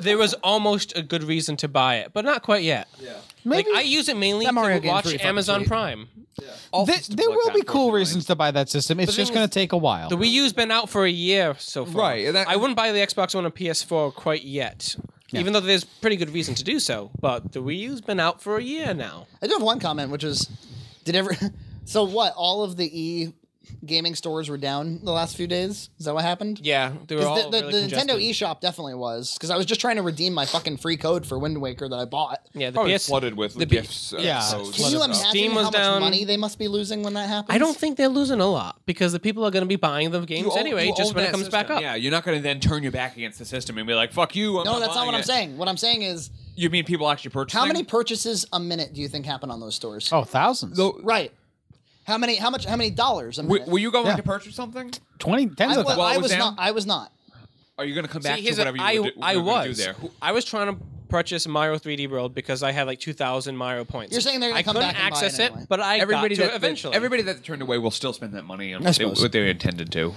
Speaker 6: there was almost a good reason to buy it, but not quite yet. Yeah. Like
Speaker 4: Maybe
Speaker 6: I use it mainly
Speaker 5: That Mario
Speaker 6: to
Speaker 5: game's
Speaker 6: watch
Speaker 5: pretty fucking
Speaker 6: Amazon
Speaker 5: sweet.
Speaker 6: Prime.
Speaker 3: All
Speaker 4: Th-
Speaker 3: systems
Speaker 4: there
Speaker 3: like
Speaker 4: will
Speaker 3: that,
Speaker 4: be cool
Speaker 3: unfortunately.
Speaker 4: reasons to buy that system. It's
Speaker 6: thing
Speaker 4: just going
Speaker 6: is-
Speaker 4: to take a while.
Speaker 6: The Wii U's been out for a year so far.
Speaker 3: Right, and that-
Speaker 6: I wouldn't buy the Xbox One and PS4 quite yet. Even though there's pretty good reason to do so, but the Wii U's been out for a year now.
Speaker 5: I do have one comment, which is, did ever? [LAUGHS] So what? All of the e gaming stores were down the last few days. Is that what happened?
Speaker 6: Yeah, they were
Speaker 5: 'Cause
Speaker 6: all
Speaker 5: the, the,
Speaker 6: really
Speaker 5: the
Speaker 6: congested.
Speaker 5: Nintendo eShop definitely was because I was just trying to redeem my fucking free code for Wind Waker that I bought.
Speaker 6: Yeah, the
Speaker 3: Probably
Speaker 6: PS.
Speaker 3: flooded with the
Speaker 6: B-
Speaker 3: gifts. uh,
Speaker 4: Yeah.
Speaker 3: codes.
Speaker 5: Can you imagine
Speaker 6: Steam
Speaker 5: how
Speaker 6: was
Speaker 5: much
Speaker 6: down.
Speaker 5: money they must be losing when that happens?
Speaker 6: I don't think they're losing a lot because the people are going to be buying the games
Speaker 3: You own-
Speaker 6: anyway.
Speaker 3: you
Speaker 6: Just
Speaker 3: own
Speaker 6: when it
Speaker 3: that
Speaker 6: comes back
Speaker 3: system.
Speaker 6: up.
Speaker 3: Yeah, you're not going to then turn your back against the system and be like, "Fuck you." I'm
Speaker 5: No, that's not
Speaker 3: buying
Speaker 5: what I'm
Speaker 3: it."
Speaker 5: saying. What I'm saying is,
Speaker 3: You mean people actually purchasing?
Speaker 5: how many purchases a minute do you think happen on those stores?
Speaker 4: oh, thousands.
Speaker 5: right. How many? How much? How many dollars a
Speaker 3: W-
Speaker 5: minute?
Speaker 3: were you going
Speaker 4: Yeah.
Speaker 3: to purchase something?
Speaker 4: 20, tens
Speaker 5: I
Speaker 4: of
Speaker 5: was,
Speaker 4: thousands.
Speaker 3: Well,
Speaker 5: I
Speaker 3: it was
Speaker 5: was
Speaker 3: down.
Speaker 5: not. I was not.
Speaker 3: Are you going to come
Speaker 6: See,
Speaker 3: back to
Speaker 6: here's
Speaker 3: whatever
Speaker 6: the-
Speaker 3: you
Speaker 6: I,
Speaker 3: were do-
Speaker 6: I
Speaker 3: were gonna do
Speaker 6: was.
Speaker 3: there?
Speaker 6: I was trying to purchase Mario 3D World because I had like 2,000 Mario points.
Speaker 5: You're saying they're gonna
Speaker 6: I
Speaker 5: come
Speaker 6: couldn't
Speaker 5: back and buy it
Speaker 6: access it,
Speaker 5: anyway.
Speaker 6: but I
Speaker 3: Everybody
Speaker 6: got to
Speaker 3: that
Speaker 6: it eventually.
Speaker 3: everybody that turned away will still spend that money on
Speaker 5: I
Speaker 3: what they,
Speaker 5: suppose.
Speaker 3: what they intended to.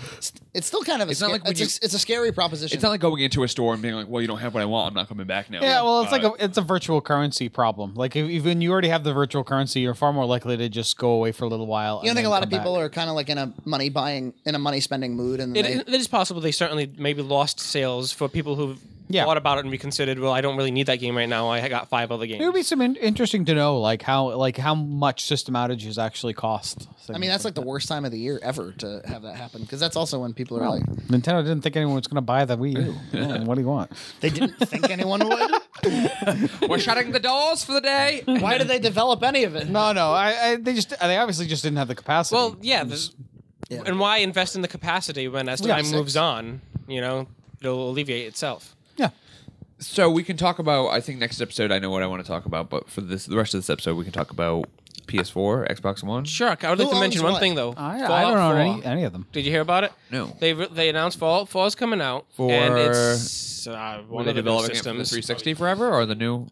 Speaker 5: It's still kind of. A
Speaker 3: It's not
Speaker 5: sca-
Speaker 3: like when
Speaker 5: it's,
Speaker 3: you-
Speaker 5: a, it's a scary proposition.
Speaker 3: It's not like going into a store and being like, "Well, you don't have what I want. I'm not coming back now." Uh,
Speaker 4: Yeah, well, it's like a, it's a virtual currency problem. Like if, if when you already have the virtual currency, you're far more likely to just go away for a little while.
Speaker 5: You don't
Speaker 4: and
Speaker 5: think a
Speaker 4: then
Speaker 5: lot of
Speaker 4: come
Speaker 5: people
Speaker 4: back.
Speaker 5: are kind of like in a money buying, in a money spending mood, and
Speaker 6: It,
Speaker 5: they,
Speaker 6: it is possible they certainly maybe lost sales for people who
Speaker 4: Yeah.
Speaker 6: thought about it and reconsidered. Well, I don't really need that game right now. I got five other games.
Speaker 4: It would be some in- interesting to know, like how like how much system outages actually cost.
Speaker 5: I mean, that's like the worst time of the year ever to have that happen because that's also when people are like,
Speaker 4: Nintendo didn't think anyone was going to buy the Wii U. Yeah, what do you want?
Speaker 5: they didn't think anyone would.
Speaker 3: we're shutting the doors for the day.
Speaker 5: [LAUGHS] Why did they develop any of it?
Speaker 4: No, no, I, I they just they obviously just didn't have the
Speaker 6: [LAUGHS]
Speaker 4: capacity.
Speaker 6: well, yeah, there's-
Speaker 5: Yeah.
Speaker 6: And why invest in the capacity when as
Speaker 4: Yeah,
Speaker 6: time
Speaker 4: six.
Speaker 6: moves on, you know, it'll alleviate itself.
Speaker 4: yeah.
Speaker 3: So we can talk about. I think next episode, I know what I want to talk about, but for this, the rest of this episode, we can talk about PS4, Xbox One.
Speaker 6: Sure, I would like
Speaker 5: Who
Speaker 6: to mention
Speaker 5: owns
Speaker 6: one
Speaker 5: what?
Speaker 6: thing though.
Speaker 4: I, I
Speaker 6: Fallout
Speaker 4: don't know
Speaker 6: 4.
Speaker 4: any, any of them.
Speaker 6: Did you hear about it?
Speaker 3: No.
Speaker 6: They re- they announced Fallout 4 is coming out and
Speaker 3: For-
Speaker 6: it's uh, one
Speaker 3: Were
Speaker 6: of
Speaker 3: they
Speaker 6: the new
Speaker 3: developing it for the
Speaker 6: systems.
Speaker 3: 360 forever or the new?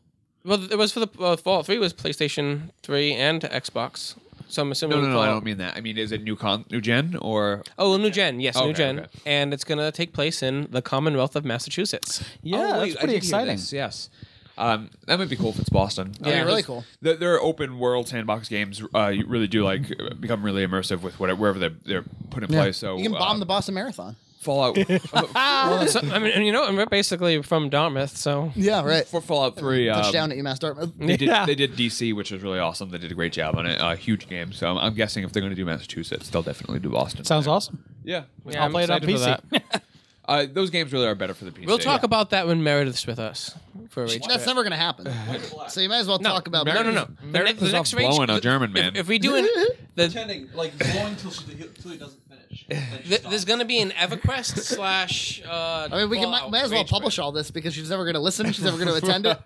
Speaker 6: Well, it was for the well, Fallout 3 was PlayStation 3 and Xbox. So I'm assuming
Speaker 3: No, no, no. I
Speaker 6: Fallout-
Speaker 3: don't mean that. I mean, is it new con, new gen, or
Speaker 6: Oh, well, new gen. Yes, new
Speaker 3: Okay,
Speaker 6: gen.
Speaker 3: okay.
Speaker 6: And it's going to take place in the Commonwealth of Massachusetts.
Speaker 4: Yeah,
Speaker 3: Oh, wait, I
Speaker 4: that's pretty
Speaker 3: did hear
Speaker 4: exciting.
Speaker 3: this, Yes. Um, that might be cool if it's Boston. Yeah,
Speaker 5: really cool.
Speaker 3: Their, their open world sandbox games uh, you really do like uh, become really immersive with whatever wherever they're, they're put in place. So
Speaker 5: You can
Speaker 3: uh,
Speaker 5: bomb the Boston Marathon.
Speaker 3: Fallout [LAUGHS]
Speaker 6: Well, so, I mean, and you know, and we're basically from Dartmouth, so
Speaker 5: Yeah, right.
Speaker 3: for Fallout Three. Um,
Speaker 5: Touchdown at UMass Dartmouth.
Speaker 3: They did, they did DC, which is really awesome. They did a great job on it. A huge game. So I'm, I'm guessing if they're going to do Massachusetts, they'll definitely do Boston.
Speaker 4: Sounds awesome.
Speaker 3: Yeah.
Speaker 6: yeah,
Speaker 4: I'll play it on
Speaker 6: excited for
Speaker 4: PC.
Speaker 6: that.
Speaker 3: Uh, those games really are better for the PC.
Speaker 6: We'll talk about that when Meredith's with us for a rage.
Speaker 5: That's never going to happen. So you might as well talk about.
Speaker 6: No, no, no. The, ne-
Speaker 3: Meredith
Speaker 6: the
Speaker 3: is
Speaker 6: next
Speaker 3: off
Speaker 6: rage,
Speaker 3: blowing a German man.
Speaker 6: If, if we do an, the,
Speaker 2: Pretending, like blowing till, she, till he doesn't
Speaker 4: [LAUGHS]
Speaker 2: finish. Then she
Speaker 6: Th-
Speaker 2: stops.
Speaker 6: there's going to be an EverQuest slash. Uh,
Speaker 5: I mean, we can might, might as well publish all this because she's never going to listen. She's never going to attend it.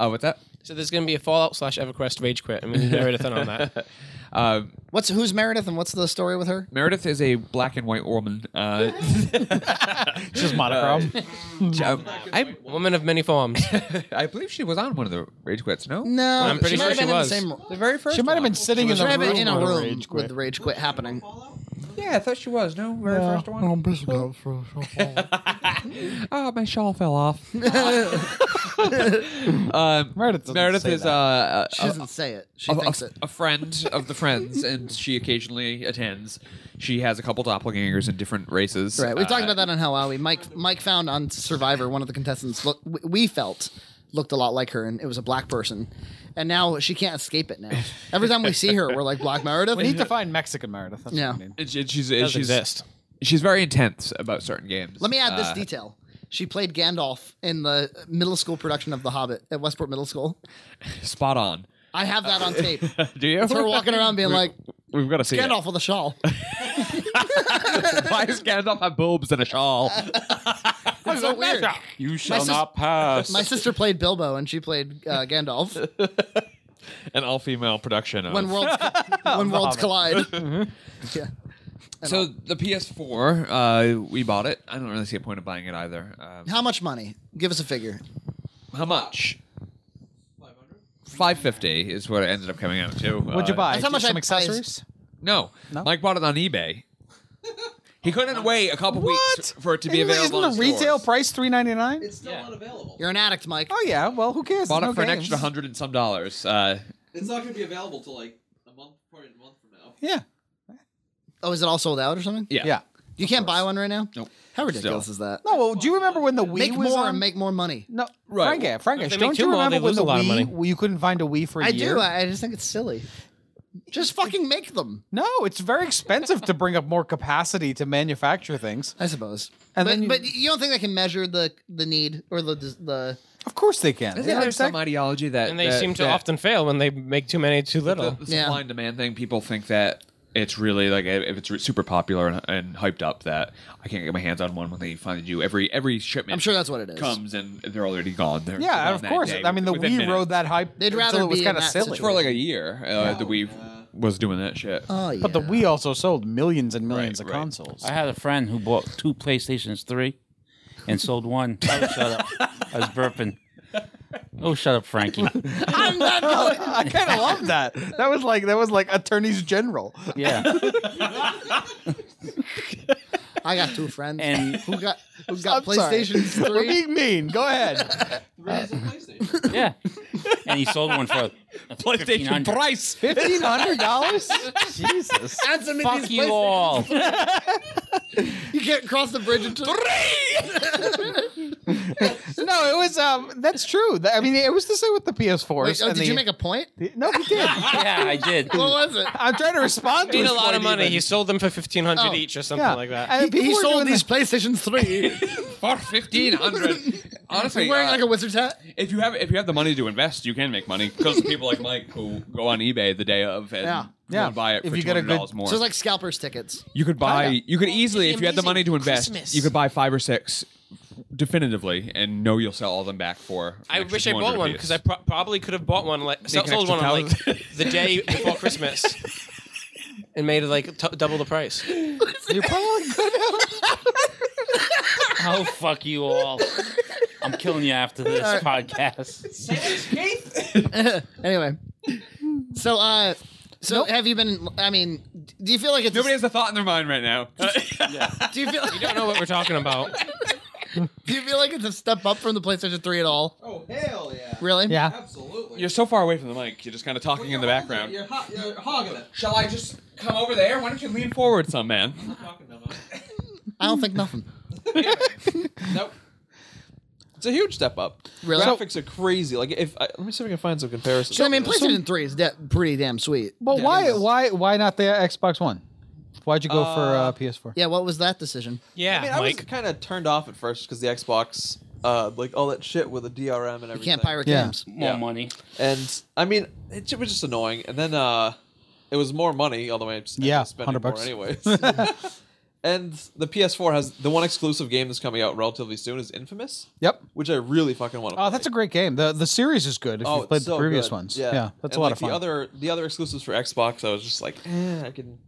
Speaker 3: Uh, what's that?
Speaker 6: So there's going to be a Fallout slash EverQuest rage quit. I mean, Meredith in on that.
Speaker 5: What's who's Meredith and what's the story with her?
Speaker 3: Meredith is a black and white woman. Uh, [LAUGHS]
Speaker 4: It's just monochrome.
Speaker 6: I woman of many forms.
Speaker 3: I believe she was on one of the Rage Quits, no?
Speaker 5: No,
Speaker 6: I'm pretty
Speaker 5: she might
Speaker 6: sure
Speaker 5: have
Speaker 6: she
Speaker 5: been
Speaker 6: was.
Speaker 5: in the same.
Speaker 3: The very first
Speaker 4: she might have
Speaker 3: one.
Speaker 4: been sitting in
Speaker 5: She
Speaker 4: the
Speaker 5: might have
Speaker 4: room,
Speaker 5: been in a
Speaker 4: when the
Speaker 5: room
Speaker 4: rage
Speaker 5: with
Speaker 4: quit.
Speaker 5: the rage quit happening.
Speaker 3: Yeah, I thought she was. No, very first one. Ah, my shawl fell off. um,
Speaker 4: Meredith doesn't
Speaker 3: Meredith
Speaker 4: say
Speaker 3: is
Speaker 4: that.
Speaker 3: uh,
Speaker 5: She
Speaker 3: a,
Speaker 5: doesn't say it. She
Speaker 3: a- a-
Speaker 5: thinks it.
Speaker 3: a [LAUGHS] friend of the friends, and she occasionally attends. She has a couple doppelgangers in different races.
Speaker 5: Right. We
Speaker 3: Uh,
Speaker 5: talked about that on Howie. Mike Mike found on Survivor one of the contestants look we- we felt looked a lot like her, and it was a black person. And now she can't escape it. Now every time we see her, we're like Black Meredith.
Speaker 4: We [LAUGHS] need to find Mexican Meredith. That's
Speaker 5: Yeah.
Speaker 4: what we need.
Speaker 3: and she- and she's
Speaker 6: Does
Speaker 3: she's,
Speaker 6: exist.
Speaker 3: she's very intense about certain games.
Speaker 5: Let me add this
Speaker 3: Uh,
Speaker 5: detail. She played Gandalf in the middle school production of The Hobbit at Westport Middle School.
Speaker 3: Spot on.
Speaker 5: I have that on tape.
Speaker 3: [LAUGHS]
Speaker 5: It's
Speaker 3: Do you?
Speaker 7: [LAUGHS]
Speaker 5: her walking around being like
Speaker 3: We've got to see it.
Speaker 5: Gandalf with a shawl.
Speaker 3: [LAUGHS] Why is Ganon not my boobs and a shawl?
Speaker 5: That's so weird.
Speaker 7: You shall
Speaker 5: sis-
Speaker 7: not pass.
Speaker 5: My sister played Bilbo and she played uh, Gandalf
Speaker 3: An all female production. Of.
Speaker 5: when worlds when worlds collide.
Speaker 4: Mm-hmm.
Speaker 5: Yeah.
Speaker 3: so the PS4, uh, we bought it. I don't really see a point of buying it either. Um,
Speaker 5: How much money? Give us a figure.
Speaker 3: how much? Five fifty is what it ended up coming out to.
Speaker 4: What'd you
Speaker 3: Uh,
Speaker 4: buy?
Speaker 5: That's how
Speaker 4: Just
Speaker 5: much I-
Speaker 4: some
Speaker 5: I-
Speaker 4: accessories.
Speaker 3: No. Mike bought it on eBay. He couldn't wait a couple weeks for it to be
Speaker 4: Isn't-
Speaker 3: available. in
Speaker 4: Isn't the retail
Speaker 3: stores.
Speaker 4: price three ninety nine?
Speaker 2: It's still unavailable.
Speaker 5: You're an addict, Mike.
Speaker 4: Oh yeah. Well, who cares?
Speaker 3: Bought
Speaker 4: There's
Speaker 3: it
Speaker 4: no
Speaker 3: for an
Speaker 4: games.
Speaker 3: extra hundred and some dollars. Uh,
Speaker 2: It's not going to be available till like a month, probably a month from now.
Speaker 4: Yeah.
Speaker 5: Oh, is it all sold out or something?
Speaker 3: yeah.
Speaker 4: Yeah.
Speaker 5: You can't buy one right now.
Speaker 3: Nope.
Speaker 5: How ridiculous is that?
Speaker 4: No. Well, do you remember when the Wii
Speaker 5: Make
Speaker 4: was
Speaker 5: more
Speaker 4: on?
Speaker 5: and make more money.
Speaker 4: no,
Speaker 3: Right.
Speaker 4: Frank, Frank,
Speaker 6: If they make
Speaker 4: don't
Speaker 6: two
Speaker 4: you
Speaker 6: more,
Speaker 4: remember
Speaker 6: they
Speaker 4: when
Speaker 6: lose
Speaker 4: the
Speaker 6: a lot of
Speaker 4: Wii
Speaker 6: money.
Speaker 4: well, you couldn't find a Wii for a
Speaker 5: I
Speaker 4: year?
Speaker 5: do. I I just think it's silly. Just fucking make them.
Speaker 4: No, it's very expensive to bring up more capacity to manufacture things.
Speaker 5: I suppose.
Speaker 4: And
Speaker 5: but,
Speaker 4: then you-
Speaker 5: but you don't think they can measure the the need or the the
Speaker 4: Of course they can.
Speaker 3: Isn't there some ideology that
Speaker 6: And they
Speaker 3: that-
Speaker 6: seem to
Speaker 3: that
Speaker 6: often fail when they make too many too
Speaker 3: the,
Speaker 6: little.
Speaker 3: the
Speaker 5: Yeah.
Speaker 3: supply and demand thing? People think that it's really like if it's super popular and, and hyped up that I can't get my hands on one when they finally do every every shipment.
Speaker 5: I'm sure that's what it is.
Speaker 3: Comes and they're already gone. They're
Speaker 4: Yeah,
Speaker 3: gone
Speaker 4: of
Speaker 3: that
Speaker 4: course.
Speaker 3: day
Speaker 4: I mean, the
Speaker 3: within
Speaker 4: Wii
Speaker 3: minutes.
Speaker 4: rode that hype
Speaker 5: They'd
Speaker 4: until
Speaker 5: rather
Speaker 4: it was
Speaker 5: be
Speaker 4: kind of
Speaker 5: in that
Speaker 4: silly.
Speaker 5: situation.
Speaker 3: for like a year. Uh, The Wii was doing that shit.
Speaker 5: Oh yeah.
Speaker 4: But the Wii also sold millions and millions
Speaker 3: Right,
Speaker 4: of
Speaker 3: right.
Speaker 4: consoles.
Speaker 7: I had a friend who bought two PlayStations 3 and sold one. Oh, shut up. I was burping. Oh, shut up, Frankie.
Speaker 5: I'm not going.
Speaker 4: [LAUGHS] I kind of love that. That was like that was like attorneys general.
Speaker 7: Yeah.
Speaker 5: I got two
Speaker 4: [LAUGHS]
Speaker 5: friends
Speaker 7: And-
Speaker 5: who got who got
Speaker 4: I'm sorry. [LAUGHS]
Speaker 5: PlayStations
Speaker 4: We're
Speaker 5: three.
Speaker 4: being mean. Go ahead.
Speaker 7: Yeah. [LAUGHS] And he sold one for PlayStation
Speaker 3: price.
Speaker 4: Fifteen hundred dollars. Jesus.
Speaker 5: Answer me
Speaker 7: Fuck
Speaker 5: these
Speaker 7: you
Speaker 5: PlayStations.
Speaker 7: all.
Speaker 5: You can't cross the bridge until
Speaker 4: No, it was. Um, that's true. That- I mean, it was the same with the PS4.
Speaker 5: Wait, oh, did you make a point?
Speaker 4: A- [LAUGHS] no, he did.
Speaker 7: [LAUGHS] Yeah, I did.
Speaker 5: What was it?
Speaker 4: I'm trying to respond to
Speaker 6: Made
Speaker 4: his
Speaker 6: a lot
Speaker 4: point
Speaker 6: of money.
Speaker 4: even.
Speaker 6: He sold them for fifteen hundred
Speaker 5: Oh.
Speaker 6: each or something
Speaker 4: yeah.
Speaker 6: like that.
Speaker 4: And people
Speaker 5: He
Speaker 4: were
Speaker 5: sold
Speaker 4: doing
Speaker 5: these
Speaker 4: that.
Speaker 5: PlayStation three.
Speaker 3: for fifteen hundred. Honestly,
Speaker 5: wearing
Speaker 3: uh,
Speaker 5: like a wizard's hat.
Speaker 3: if you have if you have the money to invest, you can make money because people like Mike who go on eBay the day of and
Speaker 5: Yeah.
Speaker 3: go and
Speaker 4: Yeah.
Speaker 3: buy it
Speaker 4: If
Speaker 3: for
Speaker 4: you
Speaker 3: two
Speaker 4: get a
Speaker 3: hundred
Speaker 4: good-
Speaker 3: dollars more.
Speaker 5: So it's like scalpers
Speaker 6: [LAUGHS]
Speaker 5: tickets. [LAUGHS]
Speaker 3: you could buy you could easily
Speaker 6: it'd
Speaker 3: if
Speaker 6: be
Speaker 3: you had the
Speaker 6: amazing
Speaker 3: money to invest,
Speaker 6: Christmas.
Speaker 3: you could buy five or six definitively and know you'll sell all them back for.
Speaker 6: I wish I bought one because I pro- probably could have bought one like so-
Speaker 3: an
Speaker 6: sold one
Speaker 3: extra
Speaker 6: on like [LAUGHS] the day before Christmas and made it like t- double the price.
Speaker 4: You probably could have.
Speaker 7: Oh, fuck you all. I'm killing you after this podcast.
Speaker 5: Anyway, so uh, so have you been? I mean, do you feel like it's?
Speaker 3: Nobody has a thought in their mind right
Speaker 6: [LAUGHS]
Speaker 3: now.
Speaker 5: do you feel?
Speaker 6: You don't know what we're talking about.
Speaker 5: [LAUGHS] Do you feel like it's a step up from the PlayStation three at all?
Speaker 2: Oh, hell yeah.
Speaker 5: Really?
Speaker 4: Yeah.
Speaker 2: Absolutely.
Speaker 3: You're so far away from the mic. You're just kind of talking in the background.
Speaker 2: You're, ho- [LAUGHS] you're hogging it.
Speaker 3: Shall I just come over there? Why don't you lean forward, some man?
Speaker 2: Talking about it.
Speaker 5: I don't think nothing.
Speaker 2: Nope. It's a huge step up.
Speaker 5: Really? So-
Speaker 2: Graphics are crazy. Like if I, let me see if I can find some comparisons.
Speaker 5: So I mean, PlayStation three is de- pretty damn sweet.
Speaker 4: But why? Why? Why not the Xbox One? Why'd you go for uh, PS4?
Speaker 5: Yeah. What was that decision?
Speaker 6: Yeah,
Speaker 2: I mean, I was
Speaker 6: Mike.
Speaker 2: kind of turned off at first because the Xbox, uh, like all that shit with the DRM and everything.
Speaker 5: You can't pirate
Speaker 4: Yeah.
Speaker 5: games.
Speaker 7: More
Speaker 2: Yeah.
Speaker 7: money.
Speaker 2: And I mean, it, was just annoying. And then uh, it was more money, although I just ended
Speaker 4: Yeah,
Speaker 2: up spending
Speaker 4: 100
Speaker 2: more
Speaker 4: bucks.
Speaker 2: anyways. [LAUGHS] and the PS4 has the one exclusive game that's coming out relatively soon is Infamous.
Speaker 4: Yep.
Speaker 2: Which I really fucking want to.
Speaker 4: Oh, that's a great game. the The series is good. If
Speaker 2: Oh,
Speaker 4: you've played
Speaker 2: it's so
Speaker 4: the previous
Speaker 2: good.
Speaker 4: ones, yeah,
Speaker 2: And,
Speaker 4: that's a lot
Speaker 2: like,
Speaker 4: of fun.
Speaker 2: The other the other exclusives for Xbox, I was just like, eh, I can.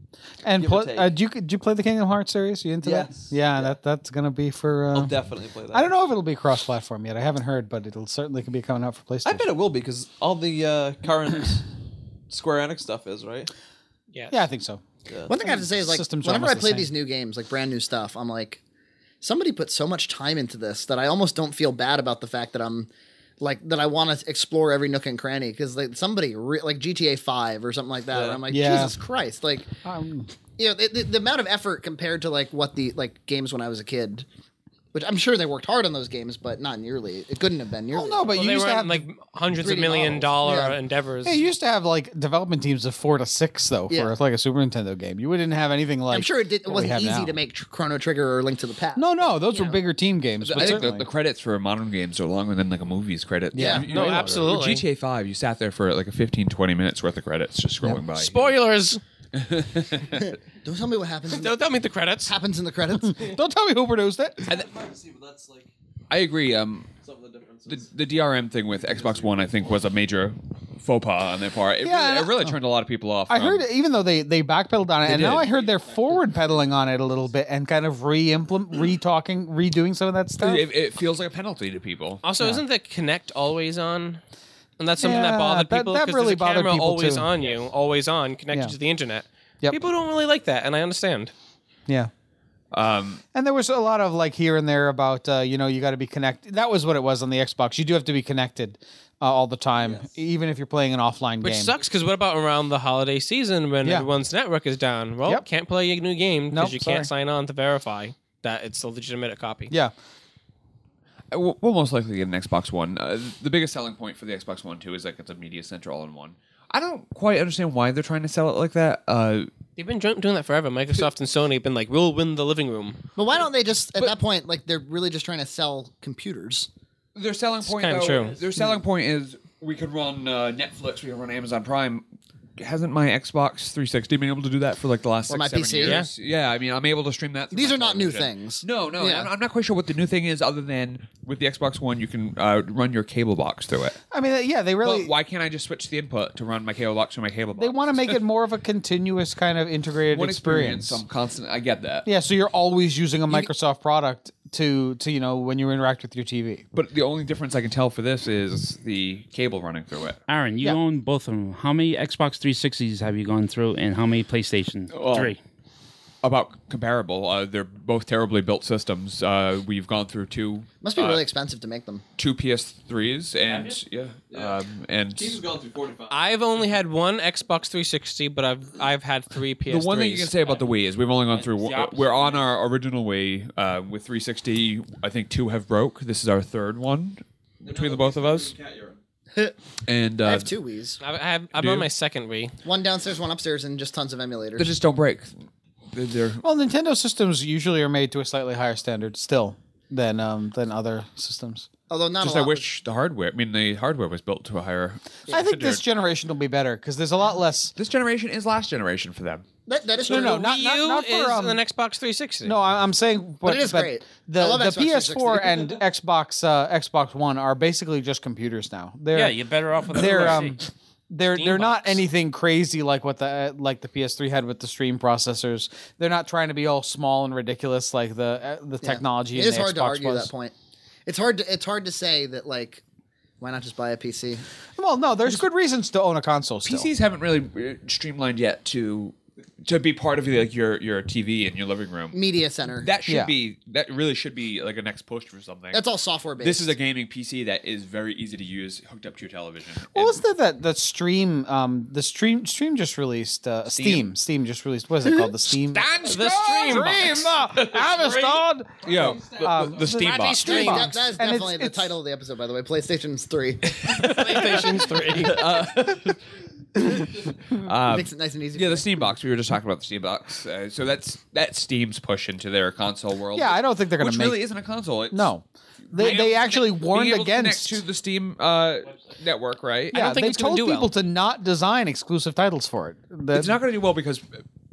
Speaker 4: and
Speaker 2: give or
Speaker 4: pl-
Speaker 2: take.
Speaker 4: uh, do you do you play the Kingdom Hearts series? You into
Speaker 2: Yes.
Speaker 4: that? Yeah, that that's gonna be for.
Speaker 2: I'll
Speaker 4: Uh,
Speaker 2: definitely play that.
Speaker 4: I don't know if it'll be cross platform yet. I haven't heard, but it'll certainly can be coming out for PlayStation.
Speaker 2: I bet it will be because all the uh, [COUGHS] current Square Enix stuff is right.
Speaker 6: Yes.
Speaker 4: yeah, I think so.
Speaker 5: One thing I have to say is like
Speaker 4: Systems are
Speaker 5: whenever I
Speaker 4: almost the
Speaker 5: play
Speaker 4: same.
Speaker 5: these new games, like brand new stuff, I'm like, somebody put so much time into this that I almost don't feel bad about the fact that I'm like that I want to explore every nook and cranny because like somebody re- like GTA Five or something like that, and I'm like,
Speaker 4: Yeah. Um,
Speaker 5: Jesus Christ, like you know the, the, the amount of effort compared to like what the like games when I was a kid. which I'm sure they worked hard on those games, but not nearly. It couldn't have been nearly.
Speaker 4: Oh no, but
Speaker 6: Well,
Speaker 4: you
Speaker 6: they
Speaker 4: used
Speaker 6: were
Speaker 4: to have
Speaker 6: in, like hundreds
Speaker 5: 3D
Speaker 6: of million
Speaker 5: models.
Speaker 6: dollar
Speaker 5: Yeah.
Speaker 6: endeavors.
Speaker 4: Yeah, you used to have like development teams of four to six though
Speaker 5: Yeah.
Speaker 4: for like a Super Nintendo game. You wouldn't have anything like.
Speaker 5: I'm sure it, did, it
Speaker 4: what we
Speaker 5: wasn't
Speaker 4: have
Speaker 5: easy
Speaker 4: now.
Speaker 5: to make Tr- Chrono Trigger or Link to the Past.
Speaker 4: No, no, those were bigger team games. But
Speaker 3: I think the,
Speaker 4: certainly,
Speaker 3: the credits for modern games are longer than like a movie's credit.
Speaker 5: Yeah.
Speaker 6: No, absolutely.
Speaker 3: GTA 5, you sat there for like a 15, 20 minutes worth of credits just scrolling by.
Speaker 6: Spoilers.
Speaker 5: Don't tell me what
Speaker 4: [LAUGHS]
Speaker 5: happens. In the,
Speaker 6: Don't, don't meet the credits.
Speaker 5: happens in the credits.
Speaker 4: don't tell me who produced it.
Speaker 2: hard to see, but that's like
Speaker 3: I agree. Um,
Speaker 2: some of the differences.
Speaker 3: the, the DRM thing with Xbox One, I think, was a major faux pas on their part. It
Speaker 4: Yeah,
Speaker 3: really,
Speaker 4: and
Speaker 3: it really turned a lot of people off.
Speaker 4: I
Speaker 3: from-
Speaker 4: heard even though they they backpedaled on it, and now
Speaker 3: did.
Speaker 4: I heard they're forward pedaling on it a little bit and kind of re-implement, re-talking, redoing some of that stuff.
Speaker 3: um, It, it feels like a penalty to people.
Speaker 6: Also, isn't the Connect always on? And that's something
Speaker 4: Yeah,
Speaker 6: that bothered
Speaker 4: that-
Speaker 6: people
Speaker 4: that
Speaker 6: because
Speaker 4: really
Speaker 6: there's a
Speaker 4: bothered
Speaker 6: camera
Speaker 4: people
Speaker 6: always
Speaker 4: too.
Speaker 6: on you, always on, connected
Speaker 4: Yeah.
Speaker 6: to the internet.
Speaker 4: Yep.
Speaker 6: People don't really like that, and I understand.
Speaker 4: Yeah.
Speaker 3: Um,
Speaker 4: And there was a lot of like here and there about uh, you know you got to be connected. That was what it was on the Xbox. You do have to be connected uh, all the time, even if you're playing an offline
Speaker 6: Which
Speaker 4: game.
Speaker 6: sucks because what about around the holiday season when
Speaker 4: Yeah.
Speaker 6: everyone's network is down? Well,
Speaker 4: Yep.
Speaker 6: can't play your new game because
Speaker 4: Nope,
Speaker 6: you
Speaker 4: sorry.
Speaker 6: can't sign on to verify that it's a legitimate copy.
Speaker 4: Yeah.
Speaker 3: Uh, we'll we'll most likely get an Xbox One. Uh, the biggest selling point for the Xbox One too is like it's a media center all in one. I don't quite understand why they're trying to sell it like that. Uh,
Speaker 6: They've been dr- doing that forever. Microsoft and Sony have been like, we'll win the living room.
Speaker 5: but why don't they just at that point like they're really just trying to sell computers?
Speaker 3: their selling point,
Speaker 6: kinda
Speaker 3: though,
Speaker 6: true.
Speaker 3: their selling point is we could run uh, Netflix, we could run Amazon Prime. Hasn't my Xbox 360 been able to do that for like the last six,
Speaker 5: my
Speaker 3: seven
Speaker 5: PC?
Speaker 3: years? Yeah. I mean, I'm able to stream that. through
Speaker 5: These
Speaker 3: my
Speaker 5: are not new
Speaker 3: television.
Speaker 5: things.
Speaker 3: No, no,
Speaker 5: Yeah.
Speaker 3: I'm, I'm not quite sure what the new thing is, other than with the Xbox One, you can uh, run your cable box through it.
Speaker 4: I mean, uh, yeah, they really
Speaker 3: But why can't I just switch the input to run my cable box through my cable box? [LAUGHS]
Speaker 4: they want to make it more of a continuous kind of integrated
Speaker 3: one
Speaker 4: experience.
Speaker 3: experience. um, I'm constant. I get that.
Speaker 4: Yeah, so you're always using a Microsoft product to to you know when you interact with your TV.
Speaker 3: But the only difference I can tell for this is the cable running through it.
Speaker 7: Aaron, you own both of them. How many Xbox 360s have you gone through, and how many PlayStation? Three.
Speaker 3: About comparable, uh, they're both terribly built systems. Uh, we've gone through two
Speaker 5: Must be
Speaker 3: uh,
Speaker 5: really expensive to make them.
Speaker 3: two PS3s and yeah, Um, and
Speaker 2: He's gone through 45.
Speaker 6: I've only had one Xbox 360, but I've I've had three PS3s.
Speaker 3: the one thing you can say about the Wii is we've only gone through. One,
Speaker 7: opposite.
Speaker 3: we're on our original Wii uh, with 360. I think two have broke. This is our third one between the both of us.
Speaker 2: Cat urine.
Speaker 3: And
Speaker 5: I
Speaker 3: uh,
Speaker 5: have two Wii's,
Speaker 6: I have, I'm
Speaker 3: Do
Speaker 6: on
Speaker 3: you?
Speaker 6: my second Wii.
Speaker 5: one downstairs, one upstairs, and just tons of emulators.
Speaker 3: they just don't break. They're, they're
Speaker 4: Well, Nintendo systems usually are made to a slightly higher standard still than um, than other systems.
Speaker 5: Although not
Speaker 3: just I
Speaker 5: a lot.
Speaker 3: wish the hardware. I mean, the hardware was built to a higher.
Speaker 4: I think this generation will be better because there's a lot less.
Speaker 3: This generation is last generation for them.
Speaker 5: That, that is
Speaker 4: No,
Speaker 5: true.
Speaker 4: no, not,
Speaker 6: Wii
Speaker 4: not,
Speaker 6: U
Speaker 4: not for
Speaker 6: is
Speaker 4: um,
Speaker 6: an Xbox 360.
Speaker 4: No, I- I'm saying, but,
Speaker 5: it is
Speaker 4: but
Speaker 5: great.
Speaker 4: The
Speaker 5: I love
Speaker 4: the
Speaker 5: Xbox
Speaker 4: PS4 and
Speaker 5: 360.
Speaker 4: Xbox uh, Xbox One are basically just computers now. They're,
Speaker 7: Yeah, you're better off with a
Speaker 6: [LAUGHS]
Speaker 4: they're
Speaker 7: 360.
Speaker 4: um they're
Speaker 6: Steam
Speaker 4: they're not
Speaker 6: box.
Speaker 4: anything crazy like what the like the PS3 had with the stream processors. They're not trying to be all small and ridiculous like the uh, the
Speaker 5: Yeah.
Speaker 4: technology.
Speaker 5: It
Speaker 4: in
Speaker 5: is
Speaker 4: the
Speaker 5: hard
Speaker 4: Xbox
Speaker 5: to argue
Speaker 4: was.
Speaker 5: that point. It's hard to it's hard to say that like why not just buy a PC?
Speaker 4: Well, no, there's good reasons to own a console still.
Speaker 3: PCs haven't really uh, streamlined yet to to be part of like your your TV in your living room.
Speaker 5: Media Center.
Speaker 3: That should
Speaker 4: Yeah.
Speaker 3: be that really should be like a next push for something.
Speaker 5: That's all software based.
Speaker 3: This is a gaming PC that is very easy to use, hooked up to your television.
Speaker 4: What was the that that stream? Um, the stream stream just released uh, Steam. Steam. just released. What is it
Speaker 5: [LAUGHS]
Speaker 4: called? The Steam. uh,
Speaker 6: the stream box. [LAUGHS]
Speaker 4: Avastad.
Speaker 3: Yeah, the,
Speaker 4: Um,
Speaker 3: Uh, the Steam
Speaker 4: Mighty
Speaker 3: box.
Speaker 4: Steam
Speaker 5: Hey, that,
Speaker 4: box.
Speaker 5: that is
Speaker 4: And it's-
Speaker 5: definitely the
Speaker 4: it's-
Speaker 5: title of the episode, by the way. PlayStation's three
Speaker 6: PlayStation 3.
Speaker 5: makes [LAUGHS] it nice and easy.
Speaker 3: Yeah,
Speaker 5: for
Speaker 3: the Steam box. We were just talking about the Steam box. Uh, so that's that's Steam's push into their console world.
Speaker 4: Yeah, I don't think they're gonna
Speaker 3: Which
Speaker 4: make-
Speaker 3: really isn't a console. It's
Speaker 4: No, they
Speaker 3: being
Speaker 4: they
Speaker 3: able to
Speaker 4: actually
Speaker 3: connect-
Speaker 4: warned
Speaker 3: being able to connect
Speaker 4: against.
Speaker 3: to the Steam uh, network, right?
Speaker 4: yeah,
Speaker 6: think
Speaker 4: they
Speaker 6: it's gonna
Speaker 4: told
Speaker 6: do
Speaker 4: people
Speaker 6: well.
Speaker 4: to not design exclusive titles for it. That-
Speaker 3: It's not going to do well because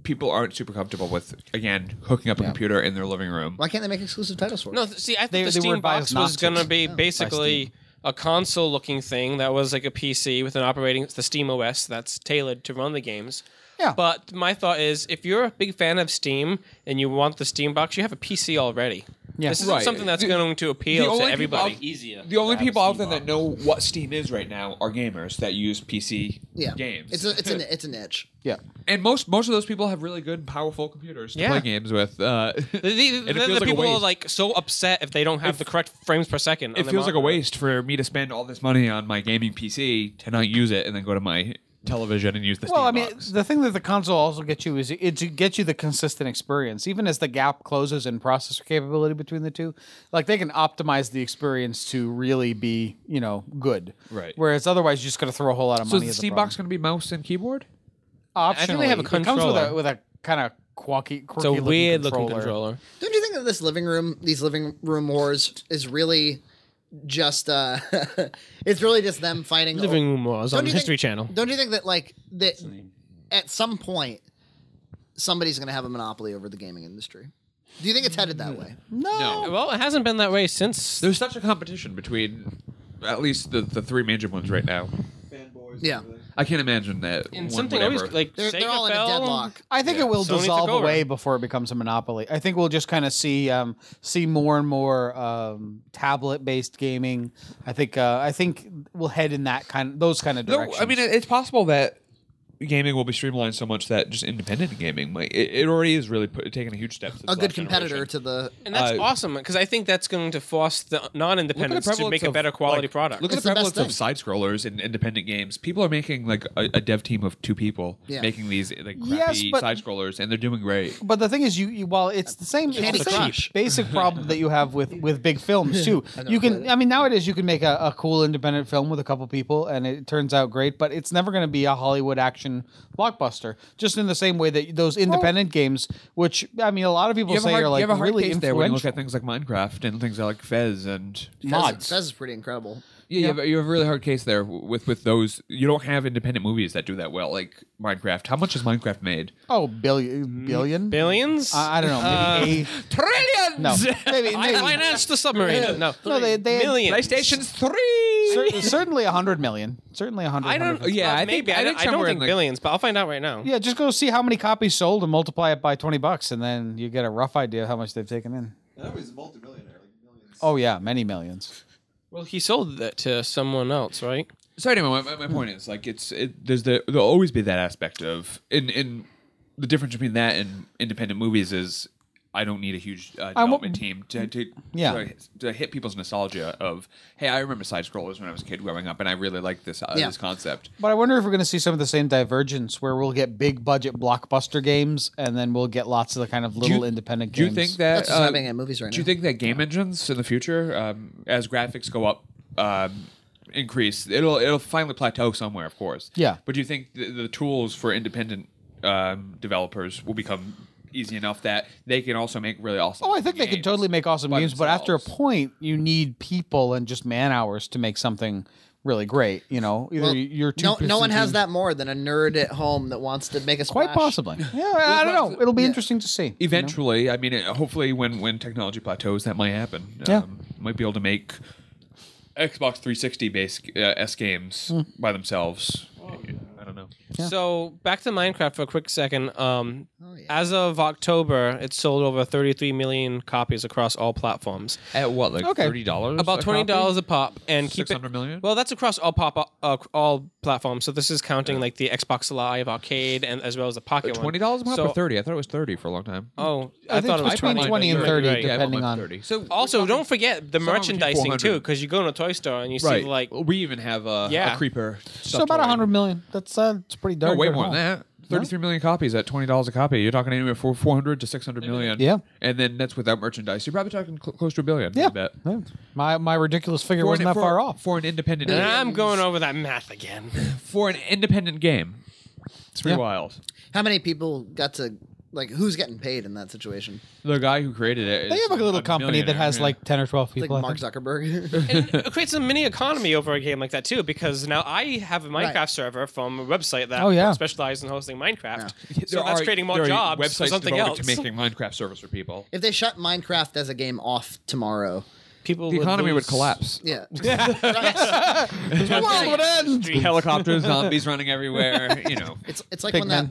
Speaker 3: people aren't super comfortable with again hooking up a computer in their living room.
Speaker 5: Why can't they make exclusive titles for it?
Speaker 6: No, th- see, I thought
Speaker 4: They-
Speaker 6: the
Speaker 4: they were
Speaker 6: Steam
Speaker 4: advised
Speaker 6: box
Speaker 4: not
Speaker 6: was
Speaker 4: to.
Speaker 6: going to
Speaker 3: Oh,
Speaker 6: be basically a console-looking thing that was like a PC with an operating the Steam OS that's tailored to run the games.
Speaker 4: Yeah.
Speaker 6: But my thought is, if you're a big fan of Steam and you want the Steam box, you have a PC already.
Speaker 4: Yeah.
Speaker 6: This is
Speaker 3: Right.
Speaker 6: something that's
Speaker 3: The-
Speaker 6: going to appeal to
Speaker 3: only
Speaker 6: everybody.
Speaker 3: people-
Speaker 7: Easier.
Speaker 3: The only
Speaker 7: to have a
Speaker 3: people out there
Speaker 7: Steam
Speaker 3: that
Speaker 7: box.
Speaker 3: know what Steam is right now are gamers that use PC
Speaker 5: yeah,
Speaker 3: games.
Speaker 5: It's a it's a it's a niche.
Speaker 4: yeah.
Speaker 3: and most most of those people have really good, powerful computers to
Speaker 6: Yeah.
Speaker 3: play games with. Uh, [LAUGHS]
Speaker 6: The, the,
Speaker 3: and it
Speaker 6: the-
Speaker 3: feels
Speaker 6: the
Speaker 3: like a
Speaker 6: people are
Speaker 3: waste.
Speaker 6: like so upset if they don't have the correct frames per second. on
Speaker 3: it
Speaker 6: their
Speaker 3: feels like a
Speaker 6: monitor.
Speaker 3: waste for me to spend all this money on my gaming PC to not use it and then go to my television and use the
Speaker 4: Well, I
Speaker 3: Steam
Speaker 4: mean,
Speaker 3: box.
Speaker 4: the thing that the console also gets you is it to get you the consistent experience, even as the gap closes in processor capability between the two. Like they can optimize the experience to really be, you know, good.
Speaker 3: Right.
Speaker 4: Whereas otherwise, you're just going to throw a whole lot of
Speaker 3: So
Speaker 4: money.
Speaker 3: is the
Speaker 4: at
Speaker 3: Steam
Speaker 4: problem.
Speaker 3: box going to be mouse and keyboard?
Speaker 4: Optionally,
Speaker 6: I think they have a
Speaker 4: It comes with
Speaker 6: controller.
Speaker 4: a, with a kind of quirky, quirky
Speaker 6: a
Speaker 4: looking
Speaker 6: weird-looking
Speaker 4: controller.
Speaker 2: Controller.
Speaker 5: Don't you think that this living room, these living room wars, is really just uh [LAUGHS] it's really just them fighting
Speaker 6: Living Room Wars
Speaker 5: Don't
Speaker 6: on
Speaker 5: you
Speaker 6: History
Speaker 5: think-
Speaker 6: Channel.
Speaker 5: Don't you think that like that at some point somebody's going to have a monopoly over the gaming industry? Do you think it's headed that way?
Speaker 2: No.
Speaker 6: Well, it hasn't been that way since.
Speaker 3: There's such a competition between at least the, the three major ones right now.
Speaker 5: Yeah.
Speaker 3: I can't imagine that
Speaker 6: and
Speaker 3: one
Speaker 6: something
Speaker 3: would
Speaker 6: always
Speaker 3: ever-
Speaker 6: like
Speaker 5: They're,
Speaker 6: Sega
Speaker 5: they're all in a
Speaker 6: fell.
Speaker 5: deadlock.
Speaker 4: I think it will
Speaker 6: Sony took
Speaker 4: dissolve
Speaker 6: over.
Speaker 4: away before it becomes a monopoly. I think we'll just kind of see um, see more and more um, tablet based gaming. I think uh, I think we'll head in that kind those kind of
Speaker 3: No,
Speaker 4: directions.
Speaker 3: I mean it- it's possible that gaming will be streamlined so much that just independent gaming, like it, it already is really put, taking a huge step.
Speaker 5: A good competitor to the
Speaker 6: And that's
Speaker 3: Uh,
Speaker 6: awesome because I think that's going to force the non-independents to
Speaker 3: prevalence
Speaker 6: make a
Speaker 3: of,
Speaker 6: better quality
Speaker 3: like,
Speaker 6: product.
Speaker 3: Look
Speaker 5: It's
Speaker 3: at
Speaker 5: the
Speaker 3: the
Speaker 5: best
Speaker 3: prevalence
Speaker 5: thing.
Speaker 3: of side scrollers in independent games. People are making like a, a dev team of two people
Speaker 5: Yeah.
Speaker 3: making these like crappy
Speaker 4: Yes, but-
Speaker 3: side scrollers, and they're doing great.
Speaker 4: But the thing is, you, you while it's the same,
Speaker 5: Candy
Speaker 4: it's the same
Speaker 5: Crush.
Speaker 4: basic problem that you have with with big films too. You can, I mean, nowadays you can make a, a cool independent film with a couple people, and it turns out great. But it's never going to be a Hollywood action blockbuster. Just in the same way that those independent games, which I mean, a lot of people say are like really
Speaker 3: there when you look
Speaker 4: influential.
Speaker 3: at things like Minecraft and things like Fez and
Speaker 5: mods. That's pretty incredible.
Speaker 3: Yeah, You, have, you have a really hard case there w- with with those. You don't have independent movies that do that well, like Minecraft. How much has Minecraft made?
Speaker 4: Oh,
Speaker 3: Mm,
Speaker 4: billion, billion,
Speaker 6: Billions.
Speaker 4: I, I don't know.
Speaker 3: Uh,
Speaker 4: Maybe eight-
Speaker 3: Trillions. [LAUGHS]
Speaker 4: no, maybe,
Speaker 6: I
Speaker 4: maybe
Speaker 6: financed the submarine. No,
Speaker 4: No, they- they-
Speaker 6: millions.
Speaker 3: PlayStation's three.
Speaker 4: cer- certainly a hundred million. Certainly a hundred.
Speaker 3: I don't.
Speaker 4: 150.
Speaker 3: Yeah, I think,
Speaker 6: maybe I,
Speaker 3: I
Speaker 6: don't-
Speaker 3: think
Speaker 6: I don't
Speaker 3: somewhere in,
Speaker 6: think
Speaker 3: like,
Speaker 6: billions, but I'll find out right now.
Speaker 4: Yeah, just go see how many copies sold and multiply it by 20 bucks, and then you get a rough idea of how much they've taken in.
Speaker 2: Everybody's multi-millionaire. Like millions.
Speaker 4: Oh, yeah, many millions.
Speaker 6: Well, he sold that to someone else, right?
Speaker 3: So anyway, my, my- my point is like it's it, there's the there'll always be that aspect of in in the difference between that and independent movies is I don't need a huge uh,
Speaker 4: I'm-
Speaker 3: development team to to,
Speaker 4: Yeah.
Speaker 3: to to hit people's nostalgia of hey I remember side scrollers when I was a kid growing up and I really liked this uh,
Speaker 5: Yeah.
Speaker 3: this concept.
Speaker 4: But I wonder if we're going to see some of the same divergence where we'll get big budget blockbuster games, and then we'll get lots of the kind of little independent
Speaker 3: Do you
Speaker 4: games.
Speaker 3: think that
Speaker 5: That's what's
Speaker 3: uh,
Speaker 5: happening at movies right
Speaker 3: do you
Speaker 5: now.
Speaker 3: think that game engines in the future um, as graphics go up um, increase it'll it'll finally plateau somewhere of course
Speaker 4: Yeah.
Speaker 3: but do you think the, the tools for independent um, developers will become easy enough that they can also make really awesome
Speaker 4: Oh, I think they
Speaker 3: games?
Speaker 4: could totally make awesome
Speaker 3: by
Speaker 4: games, but after a
Speaker 3: themselves?
Speaker 4: point, you need people and just man hours to make something really great. You know, either
Speaker 5: Well,
Speaker 4: you're two
Speaker 5: no, no
Speaker 4: person
Speaker 5: one has
Speaker 4: teams-
Speaker 5: that more than a nerd at home that wants to make a
Speaker 4: Quite
Speaker 5: splash. [LAUGHS]
Speaker 4: possibly. Yeah, I I don't know. It'll be interesting to see.
Speaker 3: eventually i mean it, hopefully when when technology plateaus that might happen Um,
Speaker 4: Yeah.
Speaker 3: might be able to make xbox 360 based uh, s games
Speaker 4: Hmm.
Speaker 3: by themselves i don't know
Speaker 6: So back to Minecraft for a quick second. Um, As of October, it sold over 33 million copies across all platforms.
Speaker 3: at what like
Speaker 4: Okay.
Speaker 3: $30
Speaker 6: About
Speaker 3: a
Speaker 6: twenty
Speaker 3: copy?
Speaker 6: dollars a pop, and keep it.
Speaker 3: 600 million?
Speaker 6: Well, that's across all pop uh, all platforms. So this is counting like the Xbox Live Arcade and as well as the Pocket one.
Speaker 3: Uh, Twenty dollars a pop
Speaker 6: So-
Speaker 3: or thirty? I thought it was thirty for a long time.
Speaker 6: Oh, I,
Speaker 4: think
Speaker 6: thought it
Speaker 4: it's
Speaker 6: was
Speaker 4: between
Speaker 6: 20,
Speaker 4: 20 and
Speaker 6: but
Speaker 4: 30,
Speaker 6: you're right.
Speaker 4: yeah. depending on-
Speaker 3: So
Speaker 6: Also, don't forget the
Speaker 3: Somewhere between
Speaker 6: merchandising
Speaker 3: 400.
Speaker 6: too, because you go in a toy store and you
Speaker 3: right,
Speaker 6: see like
Speaker 3: we even have uh, a,
Speaker 6: Yeah.
Speaker 3: a creeper.
Speaker 4: So about
Speaker 3: a
Speaker 4: 100 million. That's uh, it's pretty darn
Speaker 3: No, way
Speaker 4: good
Speaker 3: more than
Speaker 4: haul.
Speaker 3: that. Thirty-three million copies at twenty dollars a copy. You're talking anywhere from four hundred to six hundred million.
Speaker 4: Yeah.
Speaker 3: and then that's without merchandise. You're probably talking cl- close to a billion. I
Speaker 4: Yeah.
Speaker 3: bet.
Speaker 4: Yeah. My my ridiculous figure
Speaker 3: For an-
Speaker 4: wasn't that
Speaker 3: for-
Speaker 4: far off.
Speaker 3: for an independent
Speaker 6: And "Ah, I'm going over that math again.
Speaker 3: for an independent game. It's pretty
Speaker 4: Yeah.
Speaker 3: wild.
Speaker 5: How many people got to like who's getting paid in that situation?
Speaker 3: The guy who created it.
Speaker 4: They
Speaker 3: is
Speaker 4: have like a little company that
Speaker 3: millionaire,
Speaker 4: has
Speaker 3: yeah.
Speaker 4: like ten or twelve
Speaker 5: Like
Speaker 4: people. I
Speaker 5: Mark
Speaker 4: think. [LAUGHS]
Speaker 5: Zuckerberg.
Speaker 6: And [LAUGHS] it creates a mini economy over a game like that too, because now I have a Minecraft
Speaker 5: Right.
Speaker 6: server from a website that
Speaker 4: Oh, yeah.
Speaker 6: specializes in hosting Minecraft. So
Speaker 3: There
Speaker 6: that's
Speaker 3: are-
Speaker 6: creating
Speaker 3: there
Speaker 6: more
Speaker 3: are
Speaker 6: jobs for
Speaker 3: Websites
Speaker 6: something
Speaker 3: devoted
Speaker 6: else.
Speaker 3: to making Minecraft servers for people.
Speaker 5: if they shut Minecraft as a game off tomorrow,
Speaker 6: [LAUGHS] People
Speaker 3: The economy would
Speaker 6: lose-
Speaker 3: collapse.
Speaker 4: [LAUGHS]
Speaker 5: yeah,
Speaker 4: The world would end.
Speaker 6: [LAUGHS]
Speaker 3: helicopters, zombies running everywhere. You know,
Speaker 5: It's it's like when
Speaker 4: Pigman.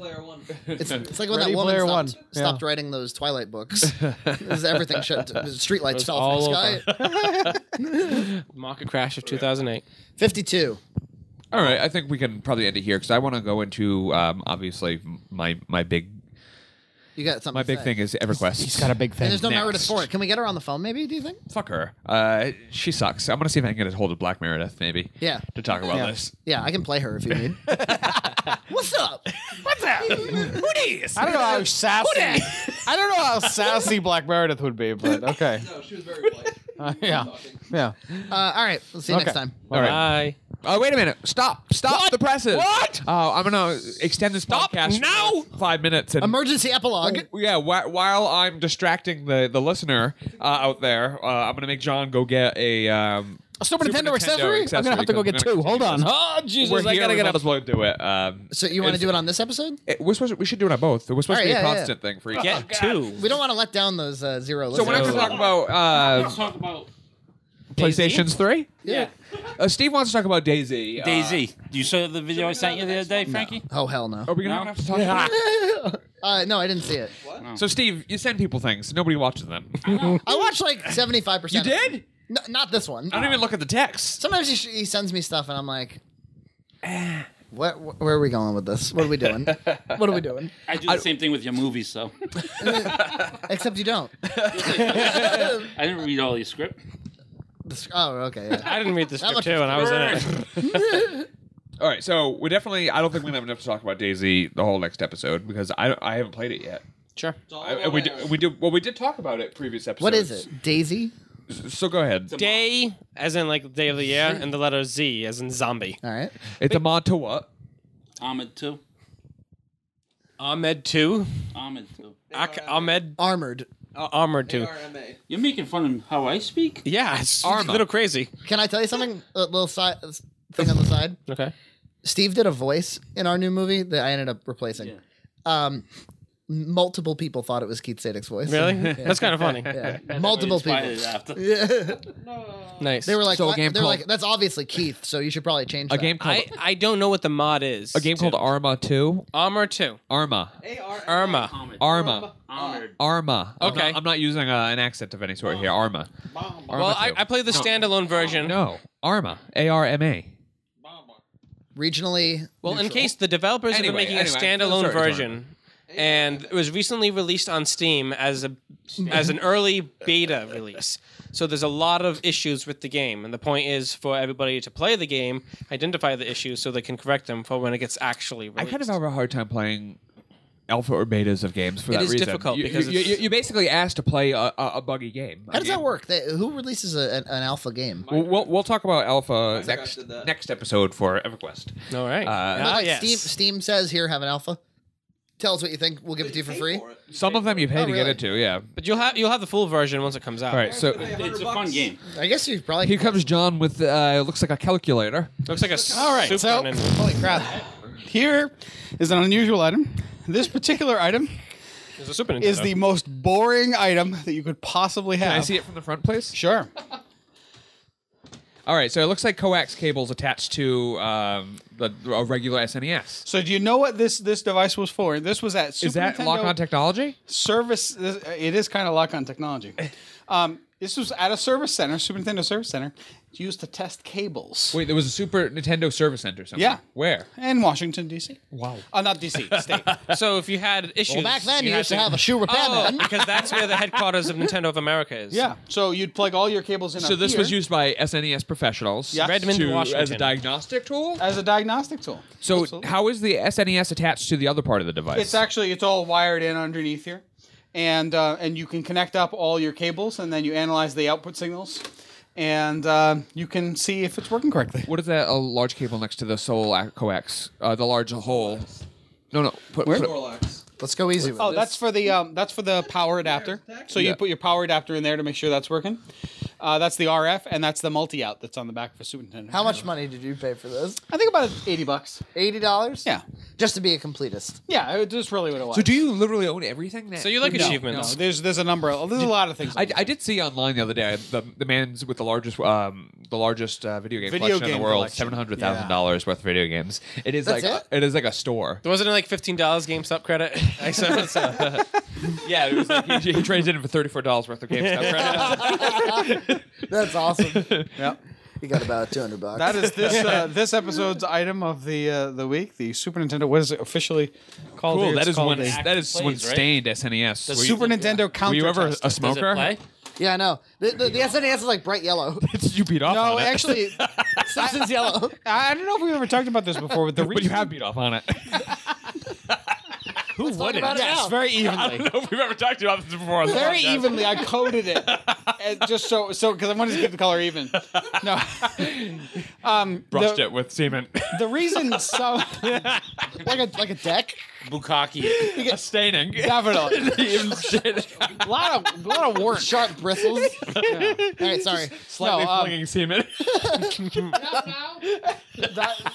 Speaker 5: that it's, it's like when
Speaker 4: Ready
Speaker 5: that woman
Speaker 4: Player
Speaker 5: stopped,
Speaker 4: One. Yeah.
Speaker 5: stopped writing those Twilight
Speaker 4: [LAUGHS]
Speaker 5: books. This is everything shut. Streetlights fell from
Speaker 6: all
Speaker 5: the
Speaker 4: [LAUGHS]
Speaker 5: sky.
Speaker 6: Market crash of 2008.
Speaker 5: Fifty-two.
Speaker 3: all right. I think we can probably end it here because I want to go into um, obviously m- my my big
Speaker 5: You got something.
Speaker 3: My
Speaker 5: to
Speaker 3: big
Speaker 5: say.
Speaker 3: thing is EverQuest.
Speaker 4: He's got a big thing.
Speaker 5: And [LAUGHS] there's no
Speaker 3: Next.
Speaker 5: narrative for it. Can we get her on the phone? Maybe? Do you think?
Speaker 3: Fuck her. Uh, she sucks. I'm gonna see if I can get a hold of Black Meredith, maybe.
Speaker 5: Yeah.
Speaker 3: To talk about
Speaker 4: Yeah.
Speaker 3: this.
Speaker 5: Yeah, I can play her if you
Speaker 4: [LAUGHS]
Speaker 5: need. What's up?
Speaker 1: What's up? Who dis?
Speaker 4: I don't know how sassy. [LAUGHS] I don't know how sassy Black Meredith would be, but
Speaker 5: [LAUGHS]
Speaker 4: okay.
Speaker 2: No, she was very polite.
Speaker 4: Uh, [LAUGHS] yeah, yeah.
Speaker 5: Uh, all right. We'll see you next
Speaker 4: Okay.
Speaker 5: time.
Speaker 3: All right.
Speaker 6: Bye.
Speaker 3: Oh, wait a minute. Stop. Stop the presses.
Speaker 6: What?
Speaker 3: Oh, I'm going to extend this podcast for
Speaker 6: now.
Speaker 3: five minutes. And,
Speaker 5: Emergency epilogue.
Speaker 3: yeah, wh- while I'm distracting the, the listener uh, out there, uh, I'm going to make John go get a. Um,
Speaker 4: A Oh, Super, Nintendo,
Speaker 3: Nintendo
Speaker 4: accessory? I'm
Speaker 3: accessory,
Speaker 4: gonna have to go
Speaker 3: because
Speaker 4: get
Speaker 3: I'm
Speaker 4: two.
Speaker 3: gonna
Speaker 4: Hold on.
Speaker 3: continue
Speaker 4: Oh Jesus!
Speaker 3: we're
Speaker 4: I
Speaker 3: here.
Speaker 4: gotta
Speaker 3: We
Speaker 4: get
Speaker 3: might
Speaker 4: up.
Speaker 3: as well do it. Um,
Speaker 5: So you want to
Speaker 3: it's-
Speaker 5: do it on this episode?
Speaker 3: it- we're supposed to, we should do it on both. It was supposed
Speaker 5: All
Speaker 3: to be
Speaker 5: right,
Speaker 3: a
Speaker 5: yeah, yeah.
Speaker 3: constant thing for each.
Speaker 7: Oh,
Speaker 6: Get two.
Speaker 5: We don't want to let down those uh, zero.
Speaker 3: Uh, So we're not going to
Speaker 5: listeners.
Speaker 3: talk about uh,
Speaker 7: Let's talk about
Speaker 3: PlayStation's three.
Speaker 6: Yeah.
Speaker 3: Uh, Steve wants to talk about Daisy. Uh,
Speaker 7: Daisy. You saw the video I sent you the other day, Frankie?
Speaker 5: Oh hell no.
Speaker 3: Are we gonna
Speaker 7: No.
Speaker 3: have to talk? About it?
Speaker 5: [LAUGHS] Uh, no, I didn't see it.
Speaker 3: So Steve, you send people things. Nobody watches them.
Speaker 5: I watched like seventy five
Speaker 3: [LAUGHS] you
Speaker 5: percent.
Speaker 3: did?
Speaker 5: No, not this one.
Speaker 3: I don't even look at the text.
Speaker 5: Sometimes he, sh- he sends me stuff and I'm like,
Speaker 3: Ah.
Speaker 5: what? wh- where are we going with this? What are we
Speaker 3: [LAUGHS]
Speaker 5: doing? what are we doing?
Speaker 7: I do the same thing with your movies, so
Speaker 5: Except you don't.
Speaker 7: I didn't read all your script.
Speaker 5: This- oh, okay.
Speaker 3: [LAUGHS]
Speaker 5: Yeah.
Speaker 6: I didn't read this script
Speaker 5: much
Speaker 6: too, and I was in it.
Speaker 3: All right, so we definitely. I don't think we're gonna have enough to talk about Daisy the whole next episode because I don't, I haven't played it yet.
Speaker 6: Sure.
Speaker 3: I, and we did, we did well. We did talk about it previous episode.
Speaker 5: What is it? Daisy.
Speaker 3: So go ahead.
Speaker 6: Day, as in like day of the year, and the letter Z, as in zombie.
Speaker 5: All right.
Speaker 3: It's a mod to what?
Speaker 7: Ahmed too.
Speaker 6: Ahmed two,
Speaker 7: Ahmed too.
Speaker 6: Ak- Ahmed
Speaker 5: Armored.
Speaker 6: uh, armored two.
Speaker 7: You're making fun of how I speak?
Speaker 6: Yeah, it's a
Speaker 3: Arma.
Speaker 6: little crazy.
Speaker 5: Can I tell you something? A little side thing on the side.
Speaker 6: Okay.
Speaker 5: Steve did a voice in our new movie that I ended up replacing. Um, multiple people thought it was Keith Sadek's
Speaker 3: [LAUGHS]
Speaker 5: voice.
Speaker 6: Really? [LAUGHS] That's kind of funny.
Speaker 5: Yeah. Multiple people.
Speaker 7: Inspired after.
Speaker 6: Nice.
Speaker 5: They were like,
Speaker 3: So a
Speaker 5: what?
Speaker 3: game
Speaker 5: they're
Speaker 3: called-
Speaker 5: like, that's obviously Keith, so you should probably change
Speaker 3: A
Speaker 5: that.
Speaker 3: game called
Speaker 6: I, I don't know what the mod is.
Speaker 3: a game called Arma Two.
Speaker 6: Armor Two.
Speaker 3: Arma.
Speaker 6: Arma.
Speaker 7: Ahmed.
Speaker 3: Arma.
Speaker 7: Ahmed.
Speaker 3: Arma. I'm
Speaker 6: Okay.
Speaker 3: not- I'm not using uh, an accent of any sort here. Arma. Arma
Speaker 6: Well, I,
Speaker 3: 2.
Speaker 6: I played the standalone version.
Speaker 3: no Arma. A R M A.
Speaker 5: Regionally.
Speaker 6: Well, in
Speaker 5: neutral.
Speaker 6: case the developers have been
Speaker 3: Anyway,
Speaker 6: making
Speaker 3: anyway,
Speaker 6: a
Speaker 3: I'm sorry,
Speaker 6: standalone version, and it was recently released on Steam as a as an early beta release. So there's a lot of issues with the game, and the point is for everybody to play the game, identify the issues so they can correct them for when it gets actually
Speaker 3: I
Speaker 6: released.
Speaker 3: kind of have a hard time playing alpha or betas of games for
Speaker 6: It
Speaker 3: that
Speaker 6: is
Speaker 3: reason.
Speaker 6: difficult
Speaker 3: You-
Speaker 6: because
Speaker 3: you, you,
Speaker 6: it's-
Speaker 3: you basically asked to play a, a, a buggy game.
Speaker 5: How does that work? They, who releases a, an, an alpha game?
Speaker 3: We'll, we'll, we'll talk about alpha
Speaker 2: forgot I
Speaker 3: next
Speaker 2: did that.
Speaker 3: next episode for EverQuest.
Speaker 6: all right.
Speaker 3: Uh,
Speaker 5: Like,
Speaker 6: ah,
Speaker 5: like
Speaker 6: yes.
Speaker 5: Steam, Steam says, here, have an alpha. Tell us what you think. We'll give it to you for free.
Speaker 3: Some of them you pay
Speaker 5: Oh,
Speaker 3: to get
Speaker 5: really?
Speaker 3: into, yeah.
Speaker 6: But you'll have you'll have the full version once it comes out.
Speaker 3: All right, so
Speaker 7: It's a fun game.
Speaker 5: I guess you probably.
Speaker 3: here comes John with uh, looks like a calculator.
Speaker 6: Looks like a all right. Super
Speaker 4: so-
Speaker 6: Nintendo.
Speaker 5: Holy crap.
Speaker 4: Here is an unusual item.
Speaker 3: [LAUGHS]
Speaker 4: This particular item
Speaker 6: It's a Super Nintendo.
Speaker 4: is the most boring item that you could possibly have.
Speaker 3: Can I see it from the front, please?
Speaker 4: Sure.
Speaker 3: All right, so it looks like coax cables attached to um, the, a regular E SNES.
Speaker 4: So do you know what this this device was for? This was at Super
Speaker 3: Is that
Speaker 4: Nintendo
Speaker 3: lock-on technology?
Speaker 4: service. this- It is kind of lock on technology.
Speaker 3: Eh.
Speaker 4: Um, this was at a service center, Super Nintendo service center, It's used to test cables
Speaker 3: Wait, there was a Super Nintendo Service Center somewhere.
Speaker 4: Yeah.
Speaker 3: Where?
Speaker 4: in Washington D.C.
Speaker 3: Wow.
Speaker 4: Uh, not D.C.
Speaker 3: [LAUGHS]
Speaker 4: state.
Speaker 6: so if you had issues
Speaker 5: Well, back then, you,
Speaker 6: had
Speaker 5: used to have a shoe
Speaker 6: [LAUGHS] Oh,
Speaker 5: repairman.
Speaker 6: because that's where the headquarters of Nintendo of America is.
Speaker 4: yeah. So you'd plug all your cables in.
Speaker 3: So
Speaker 4: up
Speaker 3: this
Speaker 4: here
Speaker 3: was used by SNES professionals
Speaker 4: Yeah.
Speaker 6: Redmond,
Speaker 3: to, as a
Speaker 6: Washington.
Speaker 3: diagnostic tool.
Speaker 4: as a diagnostic tool.
Speaker 3: So
Speaker 4: Absolutely.
Speaker 3: how is the SNES attached to the other part of the device?
Speaker 4: it's actually it's all wired in underneath here, and uh, and you can connect up all your cables, and then you analyze the output signals, and uh, you can see if it's working correctly.
Speaker 3: what is that? A large cable next to the sole ac- coax, uh, the large hole. No, no. Put,
Speaker 4: Where?
Speaker 3: put-
Speaker 5: Let's go easy with
Speaker 4: Oh,
Speaker 5: it.
Speaker 4: that's for the um, that's for the power adapter. So you
Speaker 3: Yeah.
Speaker 4: put your power adapter in there to make sure that's working. Uh, that's the RF, and that's the multi out that's on the back for Super Nintendo.
Speaker 5: How much money did you pay for this?
Speaker 4: I think about eighty bucks.
Speaker 5: Eighty dollars.
Speaker 4: Yeah,
Speaker 5: Just to be a completist.
Speaker 4: yeah, it just really what it was.
Speaker 3: so do you literally own everything? Now?
Speaker 6: So you like
Speaker 4: No,
Speaker 6: achievements.
Speaker 4: no, there's there's a number. Of, there's a lot of things.
Speaker 3: I, I did see online the other day the the man's with the largest um the largest uh, video game
Speaker 4: Video
Speaker 3: collection in
Speaker 4: game
Speaker 3: the world
Speaker 4: collection.
Speaker 3: seven hundred thousand dollars worth of video games. It is
Speaker 5: That's
Speaker 3: like
Speaker 5: it?
Speaker 3: it is like a store.
Speaker 6: Wasn't it like fifteen dollars GameStop credit? I saw it, so-
Speaker 3: Yeah, it was like he, he traded in for thirty four dollars worth of games.
Speaker 5: That's awesome.
Speaker 4: yeah.
Speaker 8: You got about 200 bucks.
Speaker 4: That is this uh, this episode's item of the uh, the week. The Super Nintendo. What is it officially
Speaker 3: [LAUGHS]
Speaker 4: called?
Speaker 3: Cool.
Speaker 4: It's
Speaker 3: That is
Speaker 4: called
Speaker 3: one.
Speaker 4: the
Speaker 3: That is
Speaker 7: plays,
Speaker 3: one
Speaker 7: right?
Speaker 3: stained SNES. Were you-
Speaker 4: Super Nintendo counter.
Speaker 3: Were you ever
Speaker 4: test.
Speaker 3: a
Speaker 7: Does it
Speaker 3: smoker?
Speaker 7: play?
Speaker 8: yeah, I know. The, the, the SNES is like bright yellow.
Speaker 3: Did [LAUGHS] you beat off?
Speaker 4: No,
Speaker 3: on it?
Speaker 4: actually,
Speaker 8: Simpsons yellow.
Speaker 4: I I don't know if we've ever talked about this before. But
Speaker 3: [LAUGHS] [LAUGHS]
Speaker 4: the
Speaker 3: But you
Speaker 4: reason
Speaker 3: have beat off on it.
Speaker 8: Who would it?
Speaker 4: yes, very evenly.
Speaker 3: I don't know if we've ever talked about this before. on the
Speaker 4: [LAUGHS] very
Speaker 3: podcast.
Speaker 4: evenly. I
Speaker 3: [LAUGHS]
Speaker 4: coded it uh, just so so because I wanted to keep the color even. No, [LAUGHS] um,
Speaker 3: Brushed
Speaker 4: the,
Speaker 3: it with semen.
Speaker 4: The reason
Speaker 3: [LAUGHS]
Speaker 4: so
Speaker 5: like a like a deck.
Speaker 7: Bukaki.
Speaker 3: [LAUGHS] a staining. [LAUGHS]
Speaker 4: definitely
Speaker 3: Even shit.
Speaker 4: a lot of a lot of work.
Speaker 5: Sharp bristles. All right, sorry.
Speaker 3: Slightly
Speaker 4: No, um,
Speaker 3: flinging semen.
Speaker 4: That-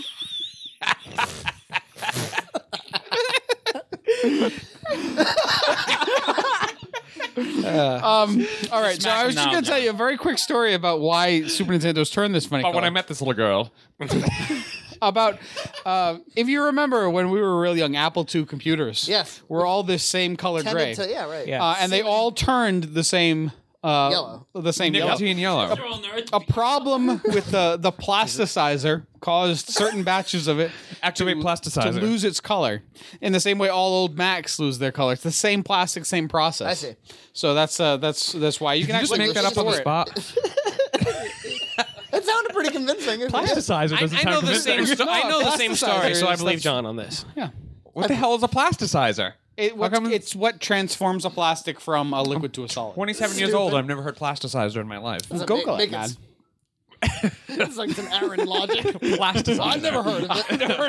Speaker 4: um, all right, so I was just
Speaker 7: down,
Speaker 4: going to tell you a very quick story about why Super Nintendo's turned this funny.
Speaker 3: But when
Speaker 4: color.
Speaker 3: I met this little girl,
Speaker 4: [LAUGHS] about uh, if you remember when we were real young, Apple II computers,
Speaker 5: Yes.
Speaker 4: were all this same color gray,
Speaker 5: Tended to- yeah, right.
Speaker 6: Yeah.
Speaker 4: uh, and they all turned the same uh,
Speaker 5: Yellow.
Speaker 4: the same yellow.
Speaker 3: nicotine yellow.
Speaker 4: A problem with the the plasticizer caused certain batches of it
Speaker 3: Activate plasticizer.
Speaker 4: to lose its color. In the same way, all old Macs lose their color. It's the same plastic, same process.
Speaker 5: I see.
Speaker 4: So that's uh, that's that's why you can
Speaker 3: you just
Speaker 4: actually
Speaker 3: make that up on the
Speaker 4: store it.
Speaker 3: spot.
Speaker 5: It sounded pretty convincing.
Speaker 3: Plasticizer
Speaker 6: I,
Speaker 3: doesn't
Speaker 6: I know
Speaker 3: sound
Speaker 6: the same.
Speaker 3: convincing.
Speaker 6: Sto- I know the same story, so I believe John on this.
Speaker 4: Yeah.
Speaker 3: What the hell is a plasticizer?
Speaker 4: It, what,
Speaker 3: come-
Speaker 4: it's what transforms a plastic from a liquid to a solid.
Speaker 3: 27 years old. I've never heard plasticizer in my life.
Speaker 4: Google
Speaker 5: Make- make it
Speaker 4: it, man.
Speaker 5: s- It's like some Aaron logic.
Speaker 4: [LAUGHS]
Speaker 3: plasticizer.
Speaker 5: I've never heard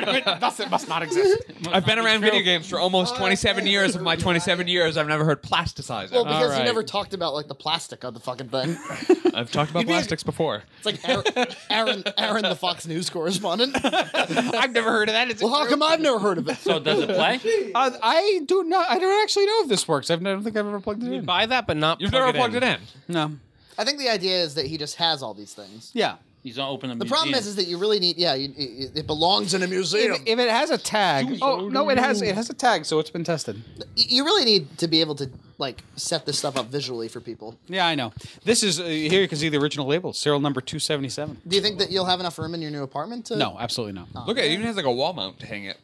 Speaker 5: of it.
Speaker 4: Thus, it must not exist.
Speaker 3: I've been around video games for almost 27 years. Of my 27 years, I've never heard plasticizer.
Speaker 5: Well, because
Speaker 4: right.
Speaker 5: you never talked about like the plastic of the fucking thing.
Speaker 3: I've talked about plastics before.
Speaker 5: It's like Aaron, Aaron, Aaron the Fox News correspondent.
Speaker 4: [LAUGHS] I've never heard of that. It's
Speaker 5: Well, how come I've never heard of it?
Speaker 7: So does it play?
Speaker 5: [LAUGHS]
Speaker 4: uh, I do not. I don't actually know if this works. I've, I don't think I've ever plugged it in.
Speaker 6: Buy that, but not.
Speaker 3: You've
Speaker 6: plug
Speaker 3: never plugged it in.
Speaker 4: No.
Speaker 5: I think the idea is that he just has all these things.
Speaker 4: Yeah.
Speaker 7: He's gonna open a
Speaker 5: The problem is, is that you really need. Yeah, you, it, it belongs in a museum.
Speaker 4: If, if it has a tag. Oh no, it has it has a tag, so it's been tested.
Speaker 5: you really need to be able to like set this stuff up visually for people.
Speaker 4: Yeah, I know. This is uh, here you can see the original label, serial number two seventy seven.
Speaker 5: Do you think that you'll have enough room in your new apartment to?
Speaker 4: No, absolutely not.
Speaker 3: Look at it. Even has like a wall mount to hang it.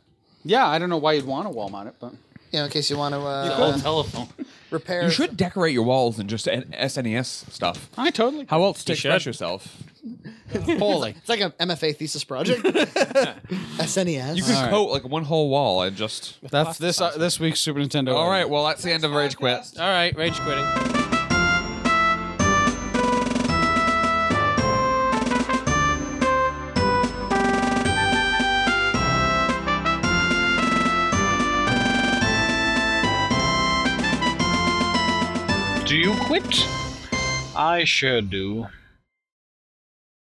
Speaker 4: Yeah, I don't know why you'd want a wall mount it, but
Speaker 5: You know, in case you want to
Speaker 7: old
Speaker 5: uh,
Speaker 7: telephone.
Speaker 5: repair.
Speaker 3: You should decorate your walls and just N- SNES stuff.
Speaker 4: I totally [LAUGHS]
Speaker 3: How else to
Speaker 6: should.
Speaker 3: express yourself?
Speaker 4: holy.
Speaker 5: It's like an MFA
Speaker 3: [LAUGHS]
Speaker 5: thesis project. E SNES.
Speaker 3: You could coat like one whole wall and just.
Speaker 4: That's this uh, this week's Super Nintendo.
Speaker 3: All right. Well, that's the end of Rage Quit.
Speaker 6: All right, rage quitting.
Speaker 1: Do you quit? I sure do.